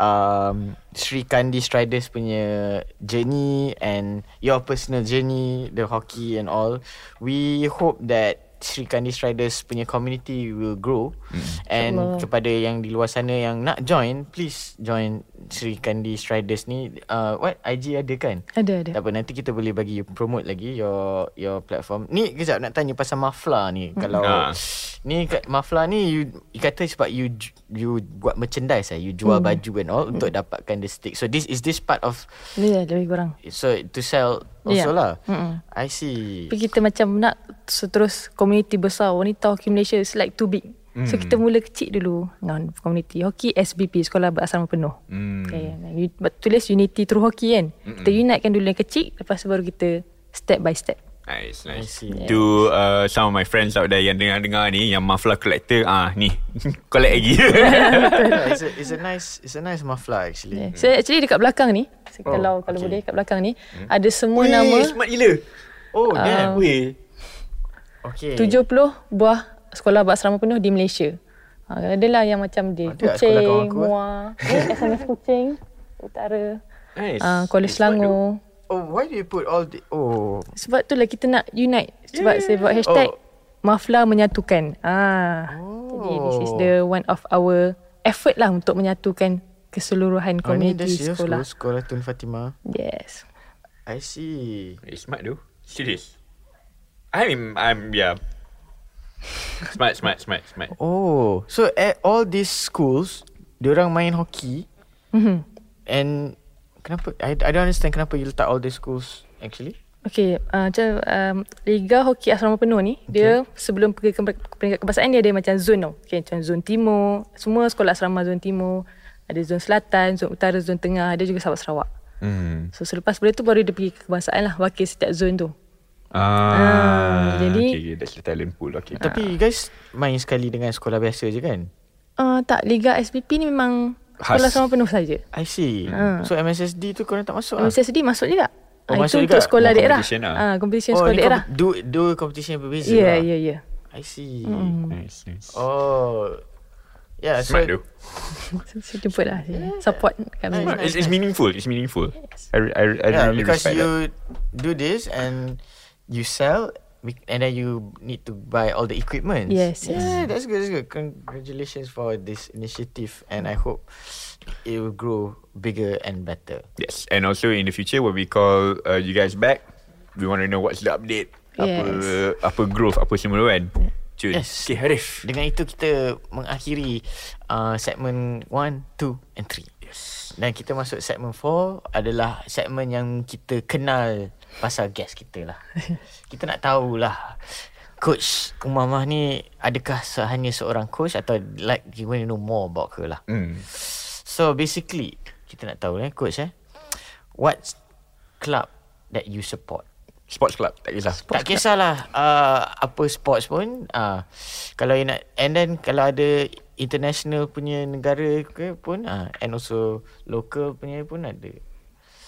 S1: um Sri Kandi Striders punya journey and your personal journey, the hockey and all. We hope that Sri Kandi Striders punya community will grow mm. and Allah. kepada yang di luar sana yang nak join please join Sri Kandi Striders ni uh, what IG ada kan
S3: Ada, ada.
S1: tak apa nanti kita boleh bagi promote lagi your your platform ni kejap nak tanya pasal Mafla ni hmm. kalau
S2: Ha.
S1: ni kat Mafla ni you, you kata sebab you ju- you buat merchandise lah you jual baju and all untuk dapatkan the stick so this is this part of
S3: Ni lah lebih kurang.
S1: so to sell also
S3: Yeah.
S1: lah
S3: Mm-mm.
S1: I see
S3: Tapi kita macam nak seterus community besar wanita hoki Malaysia is like too big. So
S1: Hmm.
S3: kita mula kecil dulu dengan community hoki SBP Sekolah Berasrama Penuh.
S2: Hmm.
S3: Okay, you, but tulis unity through hoki kan.
S1: Hmm.
S3: Mm-mm. Kita unitekan dulu yang kecil lepas tu baru kita step by step.
S2: Nice, nice.
S1: I see.
S2: To uh, some of my friends out there yang dengar-dengar ni, yang muffler collector, ah ni, collect lagi.
S1: yeah, it's, a, it's a nice it's a nice Mafla actually
S3: Yeah. So actually dekat belakang ni so,
S1: Hmm. Oh,
S3: oh, kalau kalau
S1: okay.
S3: boleh dekat belakang ni hmm. ada semua
S2: Weh,
S3: nama Ah.
S2: Smart gila.
S1: oh damn
S2: Um, Weh.
S1: okay
S3: 70 buah sekolah berasrama penuh di Malaysia. Ha, ada lah yang macam di
S1: Ada kat sekolah kawan
S3: Kuching,
S1: aku, eh.
S3: Muar, eh, SMS Kuching, Utara,
S2: Nice.
S3: uh, Kuala Selangor.
S1: oh why do you put all the oh
S3: Sebab tu lah kita nak unite. Sebab yeah. saya buat hashtag
S1: Oh.
S3: oh. Mafla menyatukan. Ah. Jadi this is the one of our effort lah untuk menyatukan keseluruhan
S1: Oh, ni
S3: komuniti
S1: dia sekolah.
S3: sekolah.
S1: Sekolah Tun Fatimah.
S3: Yes.
S1: I see.
S2: Eh, smart tu. Serius. I'm, I'm, yeah. Smart, smart, smart, smart.
S1: Oh, so at all these schools, diorang main hoki. Mm-hmm. And kenapa? I, I don't understand kenapa you letak all these schools actually.
S3: Okay, uh, macam um, Liga Hoki Asrama Penuh ni, okay. dia sebelum pergi ke ke peringkat kebangsaan dia ada macam zon tau. Okay, macam zon timur, semua sekolah asrama zon timur, ada zon selatan, zon utara, zon tengah, ada juga Sabah Sarawak.
S2: Hmm.
S3: So selepas benda tu baru dia pergi ke kebangsaan lah, wakil setiap zon tu.
S2: Ah,
S3: jadi-
S2: okay, okay, that's the talent pool. Okay.
S1: Tapi you guys main sekali dengan sekolah biasa je kan?
S3: Uh, tak, Liga SPP ni memang
S2: Khas.
S3: sekolah asrama penuh saja.
S1: I see. So MSSD tu korang tak masuk
S3: Ah. MCSD masuk juga.
S1: Oh,
S3: Ah,
S1: masuk
S3: itu
S1: juga.
S3: untuk sekolah
S2: Oh,
S3: daerah.
S2: competition lah.
S3: Ah, competition
S1: Oh,
S3: sekolah
S1: ni
S3: daerah.
S1: kom- dua, dua competition berbeza
S3: Ya,
S1: lah.
S3: ya, ya.
S1: I see.
S3: Mm-hmm.
S2: Nice, nice.
S1: Oh. Yeah, so
S2: Smart tu.
S3: So, so jemput lah. Yeah. Support kami.
S2: Smart. It's, it's meaningful. It's meaningful. I, re- I, re- I
S1: Yeah,
S2: really
S1: because
S2: respect that.
S1: you do this and you sell bec- and then you need to buy all the equipment.
S3: Yes, yes.
S1: Yeah, that's good. That's good. Congratulations for this initiative and I hope it will grow bigger and better.
S2: Yes, and also in the future when we call uh, you guys back, we want to know what's the update,
S3: Yes.
S2: apa apa growth, apa semua tu kan. Cun.
S1: Yes.
S2: Okay, Harif.
S1: Dengan itu kita mengakhiri uh, segmen 1, 2 and 3. Yes. Dan kita masuk segmen 4 adalah segmen yang kita kenal pasal guest kita lah. kita nak tahulah coach Umamah ni adakah se- hanya seorang coach atau like you want to know more about her lah.
S2: Hmm.
S1: So basically kita nak tahu eh coach eh what club that you support?
S2: Sports club, tak kisah.
S1: tak kisahlah uh, apa sports pun uh, kalau you nak and then kalau ada international punya negara ke pun uh, and also local punya pun ada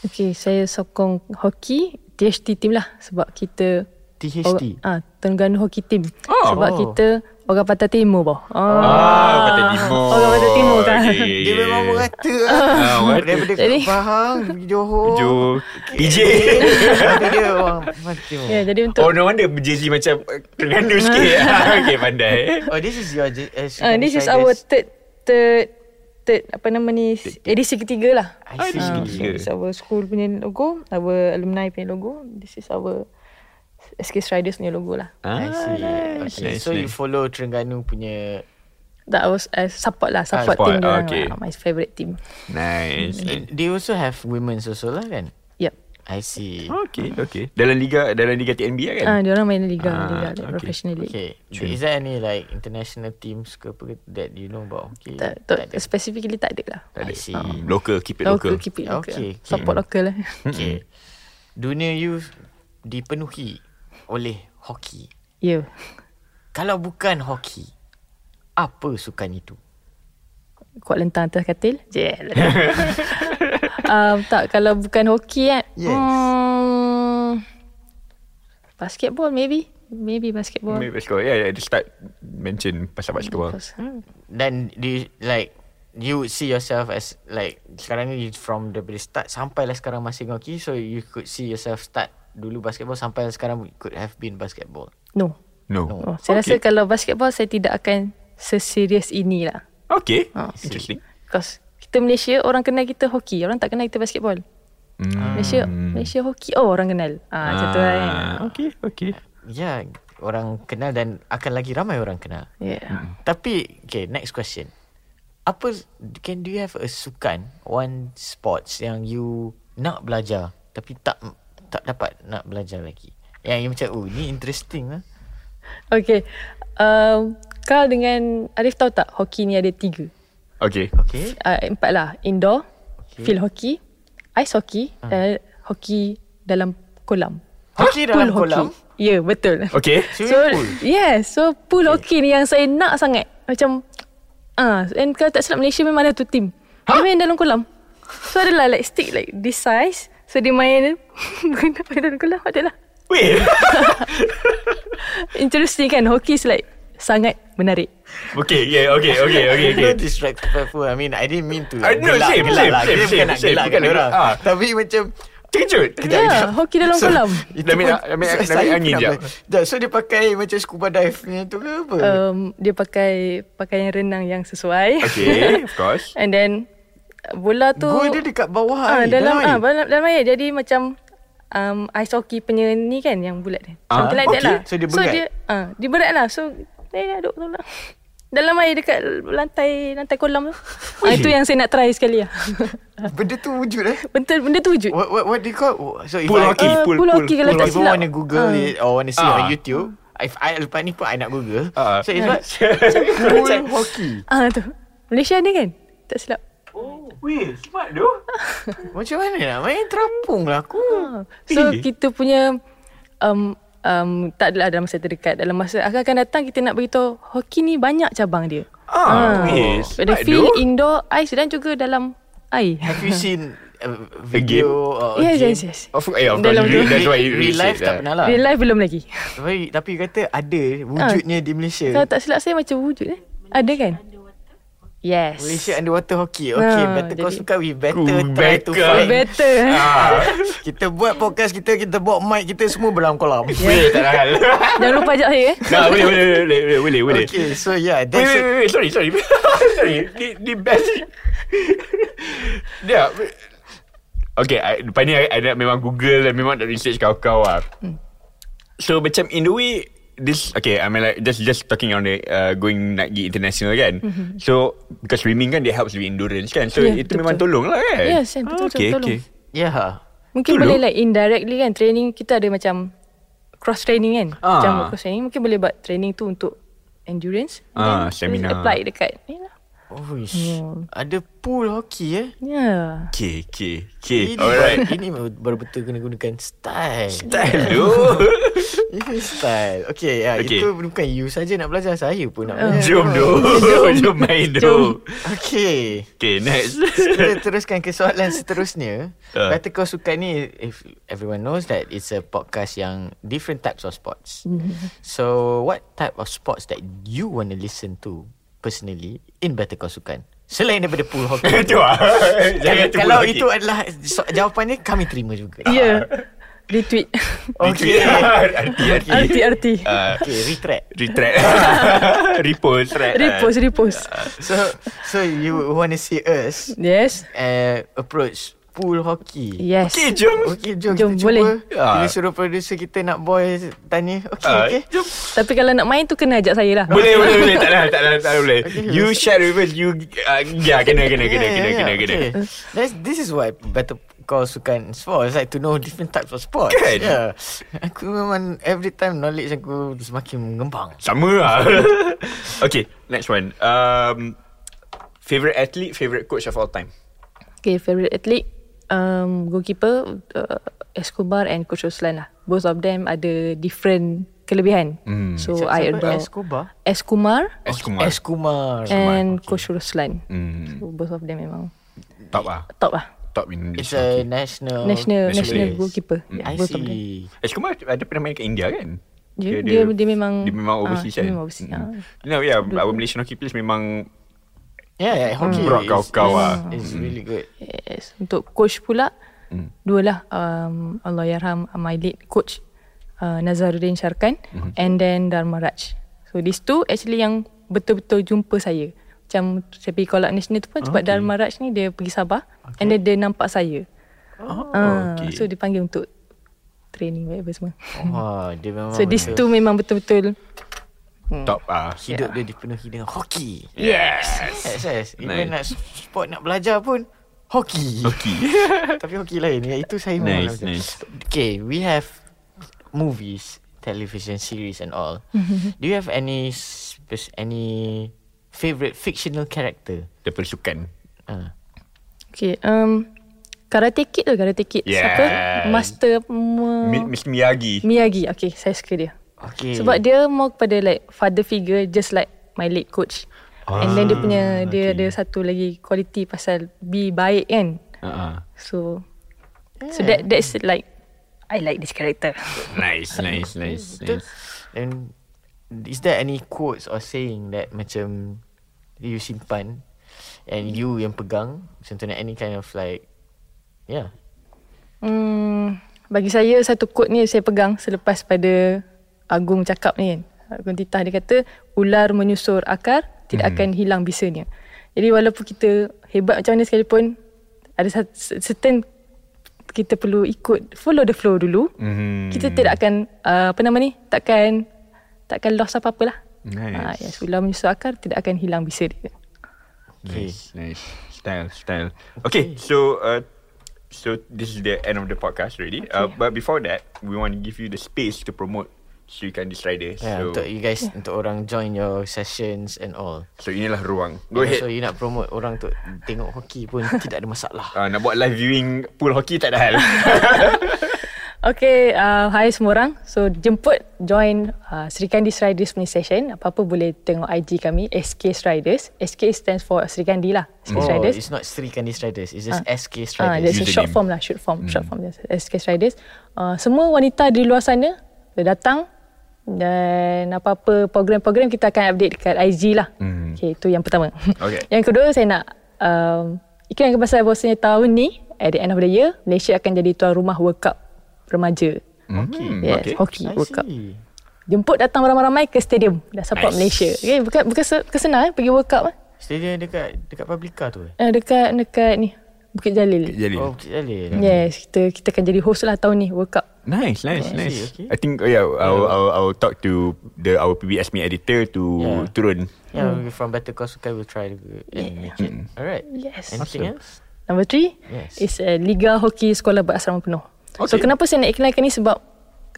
S3: Okay, saya sokong hoki THT team lah sebab kita
S1: THT
S3: Orang- ah Terengganu hoki team.
S2: Oh.
S3: Oh. Sebab
S1: Oh.
S3: kita orang Pantai Timur bah.
S2: Ah, Pantai Timur.
S3: Orang Pantai Timur kan.
S2: Okay, okay,
S1: dia
S2: okay.
S1: memang merata
S2: Ah,
S1: ah,
S2: merata.
S1: daripada
S3: Jadi-
S1: Pahang pergi Johor
S2: Johor. PJ.
S1: Tapi dia orang Timur
S3: Ya, yeah, jadi untuk
S2: Oh, no wonder Jay-Z macam uh, Terengganu sikit. Ah, okay, pandai.
S1: oh this is your uh,
S3: ah, this is our third third third apa nama ni edisi ketiga lah.
S1: I see.
S3: Ah, so this is our school punya logo, our alumni punya logo. This is our SK Striders punya logo lah.
S1: I
S2: Ah,
S1: see
S2: nice,
S1: okay.
S2: nice,
S1: so you
S2: nice.
S1: follow Terengganu punya
S3: That was uh, support lah, support,
S2: support,
S3: team dia orang
S2: okay.
S3: lah. My favourite team.
S2: Nice.
S3: Mm.
S2: nice.
S1: they also have women's also lah kan
S3: Yep.
S1: I see
S2: Okay, okay. Dalam liga dalam liga TNB lah kan?
S3: Ah, dia orang main liga,
S2: Ah,
S3: liga
S2: okay.
S3: like, professional league.
S1: Okay.
S3: Hmm.
S1: Is there any like international teams ke apa ke that you know about? Okay.
S3: Tak, tak, specifically tak ada lah.
S2: tak ada.
S1: I see.
S2: Local, keep it
S3: Local,
S2: local.
S3: keep
S1: Okay,
S3: it local.
S1: okay.
S3: Support local lah.
S1: Okay. Dunia you dipenuhi oleh hoki.
S3: Ya. Yeah.
S1: Kalau bukan hoki, apa sukan itu?
S3: Kuat lentang atas katil. Je. Yeah, um, tak, kalau bukan hoki kan.
S1: Yes.
S3: Hmm, basketball maybe. Maybe basketball.
S2: Maybe let's go. Yeah, yeah, just start mention pasal basketball.
S3: Because, hmm,
S1: Dan di like you would see yourself as like sekarang ni you from the start sampailah sekarang masih dengan hoki so you could see yourself start dulu basketball sampai sekarang could have been basketball.
S3: No.
S2: No.
S3: Oh, saya
S2: Okay.
S3: rasa kalau basketball saya tidak akan seserius inilah.
S2: Okay.
S3: Ah, see.
S2: Interesting.
S3: Because kita Malaysia orang kenal kita hoki, orang tak kenal kita basketball.
S2: Hmm.
S3: Malaysia Malaysia hoki oh orang kenal. Ah, ah. macam tu kan.
S2: Okay, okay.
S1: Ya, orang kenal dan akan lagi ramai orang kenal.
S3: Yeah.
S1: Tapi okay, next question. Apa can do you have a sukan one sports yang you nak belajar tapi tak tak dapat nak belajar lagi? Yang you macam oh ni interesting lah.
S3: Okay. Um, Kau dengan Arif tahu tak hoki ni ada tiga.
S2: Okay.
S1: Okay.
S3: Uh, empat lah. Indoor, okay. field hockey, ice hockey, uh, hoki dalam kolam.
S1: Hoki dalam kolam?
S3: Hockey. Ya, yeah, betul.
S2: Okay.
S1: Swimming
S3: so,
S1: pool?
S3: Yeah, so pool okay. hockey ni yang saya nak sangat. Macam, ah, uh, and kalau tak silap Malaysia memang ada tu team. Dia main dalam kolam. So, adalah like stick like this size. So, dia main dalam kolam adalah.
S2: Wait.
S3: Interesting kan? Hockey is like sangat menarik.
S2: okay, yeah, okay, okay, okay, okay.
S1: No distract people. I mean, I didn't mean to.
S2: I know, same, same,
S1: lah. Dia
S2: same,
S1: bukan
S2: same,
S1: nak
S2: same.
S1: gelakkan
S2: Bukan nak-
S1: orang.
S2: ah.
S1: Tapi macam
S2: Terkejut.
S3: Ya, yeah, hoki dalam
S1: So,
S3: kolam.
S1: itu
S2: Dah
S1: pun-
S2: ambil- dah ambil- dah ambil
S1: saya pun
S2: angin
S1: nak
S2: jap.
S1: belajar. Jap, So dia pakai macam scuba dive punya tu ke apa?
S3: Um, dia pakai pakaian renang yang sesuai.
S2: Okay, of course.
S3: And then bola tu
S1: Gua dia dekat bawah
S3: ah,
S1: air,
S3: dalam
S1: dalam air.
S3: ah dalam, dalam air jadi macam um, ice hockey punya ni kan yang bulat ni.
S2: Ah,
S3: Something like that
S2: okay.
S3: lah.
S1: So, dia
S3: So
S1: berat?
S3: dia ah dia berat lah. So dia duduk tu lah. Dalam air dekat lantai lantai kolam tu. Ah, itu yang saya nak try sekali lah.
S1: Benda tu wujud eh.
S3: Betul benda tu wujud.
S1: What, what, what do you call? So if
S2: Pool
S1: I,
S2: hockey.
S3: Ah,
S2: pool-
S3: pool
S2: pool-
S3: hockey kalau
S1: If
S3: tak
S1: people
S3: silap.
S1: want to Google
S3: Ah.
S1: it or want to see
S2: Ah.
S1: on YouTube, if I lepas ni pun I nak Google.
S2: Ah.
S1: So it's what? Pool hockey.
S3: Ah tu. Malaysia ni kan? Tak silap.
S2: Weh, smart tu.
S1: Macam mana nak main terapung lah aku.
S3: Ah. So
S2: Eh.
S3: kita punya um, um, tak adalah dalam masa terdekat dalam masa akan-akan datang kita nak beritahu hoki ni banyak cabang dia.
S2: Ah, weh, smart
S3: Ada
S2: tu.
S3: field, indoor, ice dan juga dalam air.
S1: Have you seen a uh, video or a
S3: yes,
S1: game?
S3: yes, yes.
S2: Of course, yeah, of course.
S3: Dalam
S2: you-
S3: tu.
S2: That's why you
S1: Real life tak pernah lah.
S3: Real life Ah. belum lagi.
S1: Tapi, tapi you kata ada wujudnya di Malaysia.
S3: Kalau tak silap saya macam wujud eh. Ada kan? Yes.
S1: Malaysia underwater hockey. Okay,
S3: Ah,
S1: better kau
S3: jadi-
S1: suka we better
S2: Ku
S1: try to
S2: better.
S1: find.
S3: Better.
S2: Ah.
S1: Kita buat podcast kita, kita bawa mic kita semua dalam kolam.
S2: Weh, tak ada hal.
S3: Jangan lupa ajak saya eh.
S2: Nah, boleh, boleh, boleh, boleh, boleh, boleh.
S1: Okay, so yeah,
S2: Wait,
S1: that's
S2: wait,
S1: it.
S2: wait, wait, sorry, sorry. sorry. The, the best. yeah. wait. Okay, I, depan ni I, I nak memang Google dan memang nak research kau-kau lah. So, macam in the way, this, okay, I mean like, just just talking on the, uh, going nak pergi international kan. So, because swimming kan, dia helps with endurance kan. So,
S3: Yeah,
S2: itu
S3: betul-betul.
S2: memang tolong lah kan.
S3: Yes, kan, betul-betul
S2: okay,
S3: tolong.
S2: okay.
S1: Yeah.
S2: Betul
S3: Mungkin boleh
S2: tu.
S3: like indirectly kan training kita ada macam cross training kan.
S2: Ah.
S3: Macam cross training mungkin boleh buat training tu untuk endurance
S2: Ah,
S3: then
S2: stamina.
S3: apply dekat ni lah.
S1: Oish, Oh, ada pool hockey eh.
S3: Yeah.
S2: Okay, okay,
S1: Ini
S2: okay. Eh, Alright.
S1: Ini baru betul kena gunakan style.
S2: Hello.
S1: Ini style. Okay, ya,
S2: Okay.
S1: okay. itu bukan you saja nak belajar, saya pun nak belajar.
S2: Jom doh. Jom main doh.
S1: Okay.
S2: Okay, next.
S1: Kita teruskan ke soalan seterusnya.
S2: Ah.
S1: Kata kau suka ni, if everyone knows that it's a podcast yang different types of sports. So, what type of sports that you want to listen to personally in Better Kau Sukan? Selain daripada pool hockey.
S2: Itu lah
S1: Kalau-
S2: Jangan cuba
S1: Kalau
S2: lagi. Ya.
S1: itu adalah so, jawapannya kami terima
S2: Ah.
S1: juga.
S3: Yeah. Ya. Retweet.
S2: Okay
S3: RT RT.
S2: uh,
S1: Okay, retract.
S2: Retract Repost Uh, right?
S3: Repost repost.
S2: Ah.
S1: So, so you want to see us
S3: Yes.
S1: uh, approach pool hockey?
S3: Yes.
S2: Okay jom
S1: Okay, jom,
S3: Ya. Jom,
S1: kita
S3: boleh.
S1: cuba.
S2: Ah.
S1: Kita suruh producer kita nak boy tanya. Okay,
S2: Ah,
S1: okay.
S2: Jom
S3: Tapi kalau nak main tu kena ajak saya lah.
S2: boleh boleh boleh tak lah tak lah tak lah boleh
S1: Okay,
S2: you
S1: let's-
S2: share with us you uh, yeah kena kena kena kena kena kena
S1: Okay. That's, this is what better kau sukan for. It's like to know different types of sports.
S2: Kan?
S1: Yeah. Aku memang every time knowledge aku semakin mengembang.
S2: sama lah okay next one um favorite athlete favorite coach of all time
S3: Okay, favorite athlete um goalkeeper uh, Escobar and Coach Ruslan lah. Both of them ada different kelebihan.
S2: Hmm.
S3: Mm. So
S1: Siapa-
S3: I
S1: siapa?
S3: adore
S1: Escobar?
S3: Eskumar
S1: Oh,
S2: S Kumar
S1: S. Kumar.
S3: and Coach Ruslan.
S2: Hmm,
S3: So both of them memang
S2: top lah
S3: top lah.
S2: top in
S1: It's a
S2: Malaysia.
S1: national...
S2: Oh, national Hmm.
S3: National national
S2: players.
S3: goalkeeper.
S1: I
S3: both of them.
S1: see.
S2: Eh, Kumar ada pernah main kat India kan?
S3: Dia- dia- dia memang-
S2: Dia memang
S3: ah,
S2: overseas
S3: dia
S2: kan?
S3: memang overseas,
S2: Mm.
S3: ah.
S2: No, yeah, our Malaysian hockey players memang
S1: Yeah, yeah, hockey
S2: Brought
S1: is-
S2: kau-kau
S1: is-
S2: ah.
S1: Is really good.
S2: Hmm.
S3: Yes. Untuk uh, coach pula, dua lah. Um, Allah Yarham, my late coach. uh, Nazaruddin Syarkan
S2: Hmm.
S3: mm-hmm. and then Dharma Raj. So these two actually yang betul-betul jumpa saya. Macam saya pergi Kolak National tu pun okay. sebab Dharma Raj ni dia pergi Sabah okay. and then dia nampak saya.
S2: Oh,
S3: Ah,
S2: okay.
S3: So dia panggil untuk training whatever semua.
S1: Wah, Oh, dia
S2: Ah,
S1: memang
S3: So these
S1: betul.
S3: two memang betul-betul
S2: Top ah.
S1: hidup dia dipenuhi dengan hoki.
S2: Yes.
S1: Yes, yes. Even
S2: Nice.
S1: nak sport nak belajar pun hoki.
S2: Hoki.
S1: Tapi hoki lain. Ya, Itu saya
S2: Nice,
S1: macam-
S2: nice.
S1: Okay, we have movies, television series and all. Do you have any spec- any favorite fictional character?
S2: Dia persukan.
S1: Uh,
S3: Okay, um, Karate Kid tu, Karate Kid.
S2: Yes.
S3: Siapa? Master Ma-
S2: Mi- Miss Miyagi.
S3: Miyagi. Okay, saya suka dia.
S1: okay.
S3: Sebab dia more kepada like father figure just like my late coach. And then dia punya, dia ada satu lagi quality pasal be baik kan.
S2: Uh-huh.
S3: So, so that that's like, I like this character.
S2: Nice, nice, nice.
S1: Betul.
S2: nice.
S1: And is there any quotes or saying that macam you simpan and you yang pegang? Macam tu any kind of like yeah.
S3: Hmm, bagi saya satu quote ni saya pegang selepas pada Agung cakap ni kan. Agung Titah dia kata ular menyusur akar tidak akan hilang bisanya. Jadi walaupun kita hebat macam mana sekalipun ada sat- certain kita perlu ikut follow the flow dulu.
S2: Mhm.
S3: Kita tidak akan uh, apa nama ni? Takkan takkan lost apa-apalah.
S2: Nice.
S3: Ah, yes, ular menyusur akar tidak akan hilang bisa dia.
S1: Okay.
S2: Nice, nice. Style, style. Okay, so uh, so this is the end of the podcast already. Uh, but before that, we want to give you the space to promote Sri Candice Rider.
S1: Yeah,
S2: so,
S1: untuk you guys untuk orang join your sessions and all.
S2: so inilah ruang. Go
S1: So
S2: ahead.
S1: you nak promote orang untuk tengok hoki pun tidak ada masalah.
S2: Uh, nak buat live viewing pool hockey tak ada hal.
S3: Okay, uh, hai semua orang. So, jemput join uh, Sri Kandis Riders punya session. Apa-apa boleh tengok IG kami, SK Riders. SK stands for Sri Kandi lah. Sri
S1: Oh,
S3: Riders.
S1: it's not Sri Candice Riders. It's just
S3: Ah.
S1: SK
S3: Ah,
S1: Riders.
S2: Username.
S3: that's a
S2: Hmm.
S3: short form lah, short form, short form yes, SK Riders. Uh, semua wanita di luar sana boleh datang dan apa-apa program-program kita akan update dekat IG lah.
S2: Hmm.
S3: Okay, itu yang pertama.
S2: Okay.
S3: yang kedua saya nak um, iklan pasal bahawasanya tahun ni at the end of the year Malaysia akan jadi tuan rumah World Cup remaja.
S2: Hockey. Hmm, Mm.
S3: Yes,
S2: Okay.
S3: okay. hoki
S1: I
S3: World Cup.
S1: see.
S3: Jemput datang ramai-ramai ke stadium. Dah support
S2: Nice.
S3: nice. Malaysia. Okay, bukan bukan se- bukan senang eh, pergi World Cup eh.
S1: Stadium dekat dekat Publica tu eh?
S3: Eh, dekat dekat ni Bukit Jalil.
S2: Jadi.
S1: Oh, Bukit Jalil.
S3: Yes, kita kita akan jadi host lah tahun ni World Cup.
S2: Nice,
S1: I
S2: nice,
S1: see,
S2: nice.
S1: okay.
S2: I think oh yeah, I'll, I'll, I'll talk to the our PBS me editor to
S1: Yeah.
S2: turun.
S1: Yeah, we from Better Call Sukai we'll try to and make it. Alright.
S3: Yes.
S1: Anything
S2: Mm. Awesome.
S1: else?
S3: Number three
S1: Yes.
S3: is uh, Liga Hoki Sekolah Berasrama Penuh. So
S2: Okay.
S3: kenapa saya nak iklankan ni sebab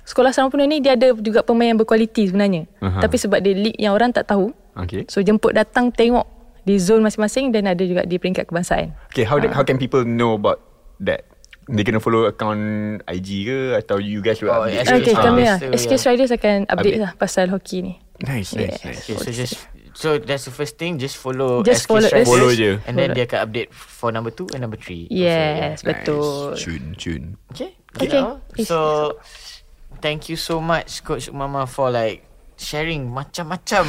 S3: Sekolah Asrama Penuh ni dia ada juga pemain yang berkualiti sebenarnya.
S2: Aha.
S3: Tapi sebab dia league yang orang tak tahu.
S2: Okay.
S3: So jemput datang tengok di zon masing-masing dan ada juga di peringkat kebangsaan.
S2: Okay, how uh. how can people know about that? They kena follow account IG ke atau you guys will
S1: Oh, yeah,
S2: update? you?
S3: Okay,
S1: Ah.
S3: kami lah.
S1: So,
S3: SK
S1: yeah.
S3: Riders akan update,
S2: Update.
S3: lah pasal hoki ni.
S2: Nice, nice,
S3: Yes.
S2: nice.
S1: Okay, so just So that's the first thing Just follow
S3: Just
S1: SK
S3: follow
S1: Riders,
S3: us.
S2: Follow je.
S1: And then dia akan update For number 2 and number 3
S2: Nice.
S3: Yes, betul.
S2: Cun, cun.
S1: Okay.
S3: Okay.
S1: Okay.
S3: Yes,
S1: So, thank you so much, Coach Mama, for like sharing macam-macam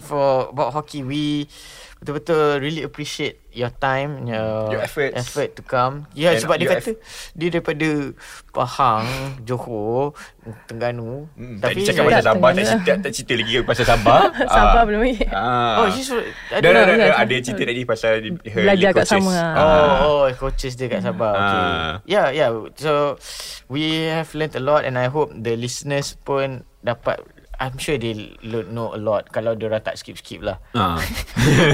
S1: for about hockey. We betul-betul really appreciate your time, your,
S2: Your efforts.
S1: effort to come. Ya, yeah,
S2: And
S1: sebab dia
S2: your
S1: kata dia daripada Pahang, Johor, Terengganu.
S2: Hmm,
S1: Mm,
S2: Tadi cakap pasal
S3: tak
S2: Sabah Tak
S3: tengok.
S2: cerita tak cerita lagi pasal Sabah
S3: Sabah belum lagi.
S2: ah.
S1: Oh, she's from-
S2: No, no, no, no.
S3: Belajar.
S2: Ada cerita tadi pasal her
S3: Belajar kat
S2: coaches.
S3: sama lah.
S1: Oh, oh, coaches dia kat Sabah. Okay.
S2: Ah.
S1: Yeah, yeah. So we have learnt a lot and I hope the listeners pun dapat I'm sure they lo- know a lot kalau dia tak skip-skip lah.
S2: Ah.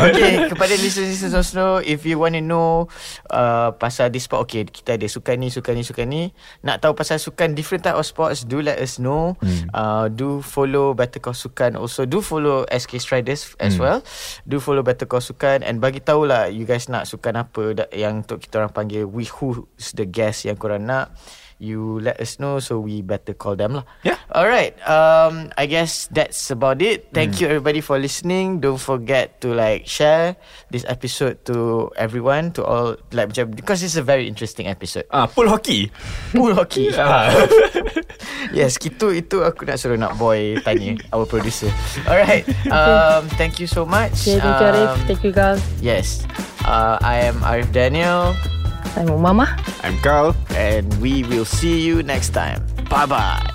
S1: okay, kepada listeners-listeners also, if you want to know uh, pasal this sport, okay, kita ada sukan ni, sukan ni, sukan ni. Nak tahu pasal sukan, different type of sports, do let us know. Hmm. Uh, do follow Better Call Sukan also. Do follow SK Striders as hmm. well. Do follow Better Call Sukan and bagi tahulah you guys nak sukan apa da- yang untuk kita orang panggil we who's the guest yang korang nak. You let us know so we better call them lah.
S2: Yeah.
S1: Alright. Um, I guess that's about it. Thank you everybody for listening. Don't forget to like share this episode to everyone, to all like macam- because it's a very interesting episode.
S2: Ah, pool hockey.
S1: Pool hockey.
S2: Ah.
S1: Yes, itu itu aku nak suruh nak boy tanya our producer. Alright. Um, thank you so much.
S3: Okay, thank you Arif.
S1: Um,
S3: Thank you Gal.
S1: Yes. Uh, I am Arif Daniel
S3: Saya Mama.
S2: I'm Carl.
S1: and we will see you next time. Bye bye.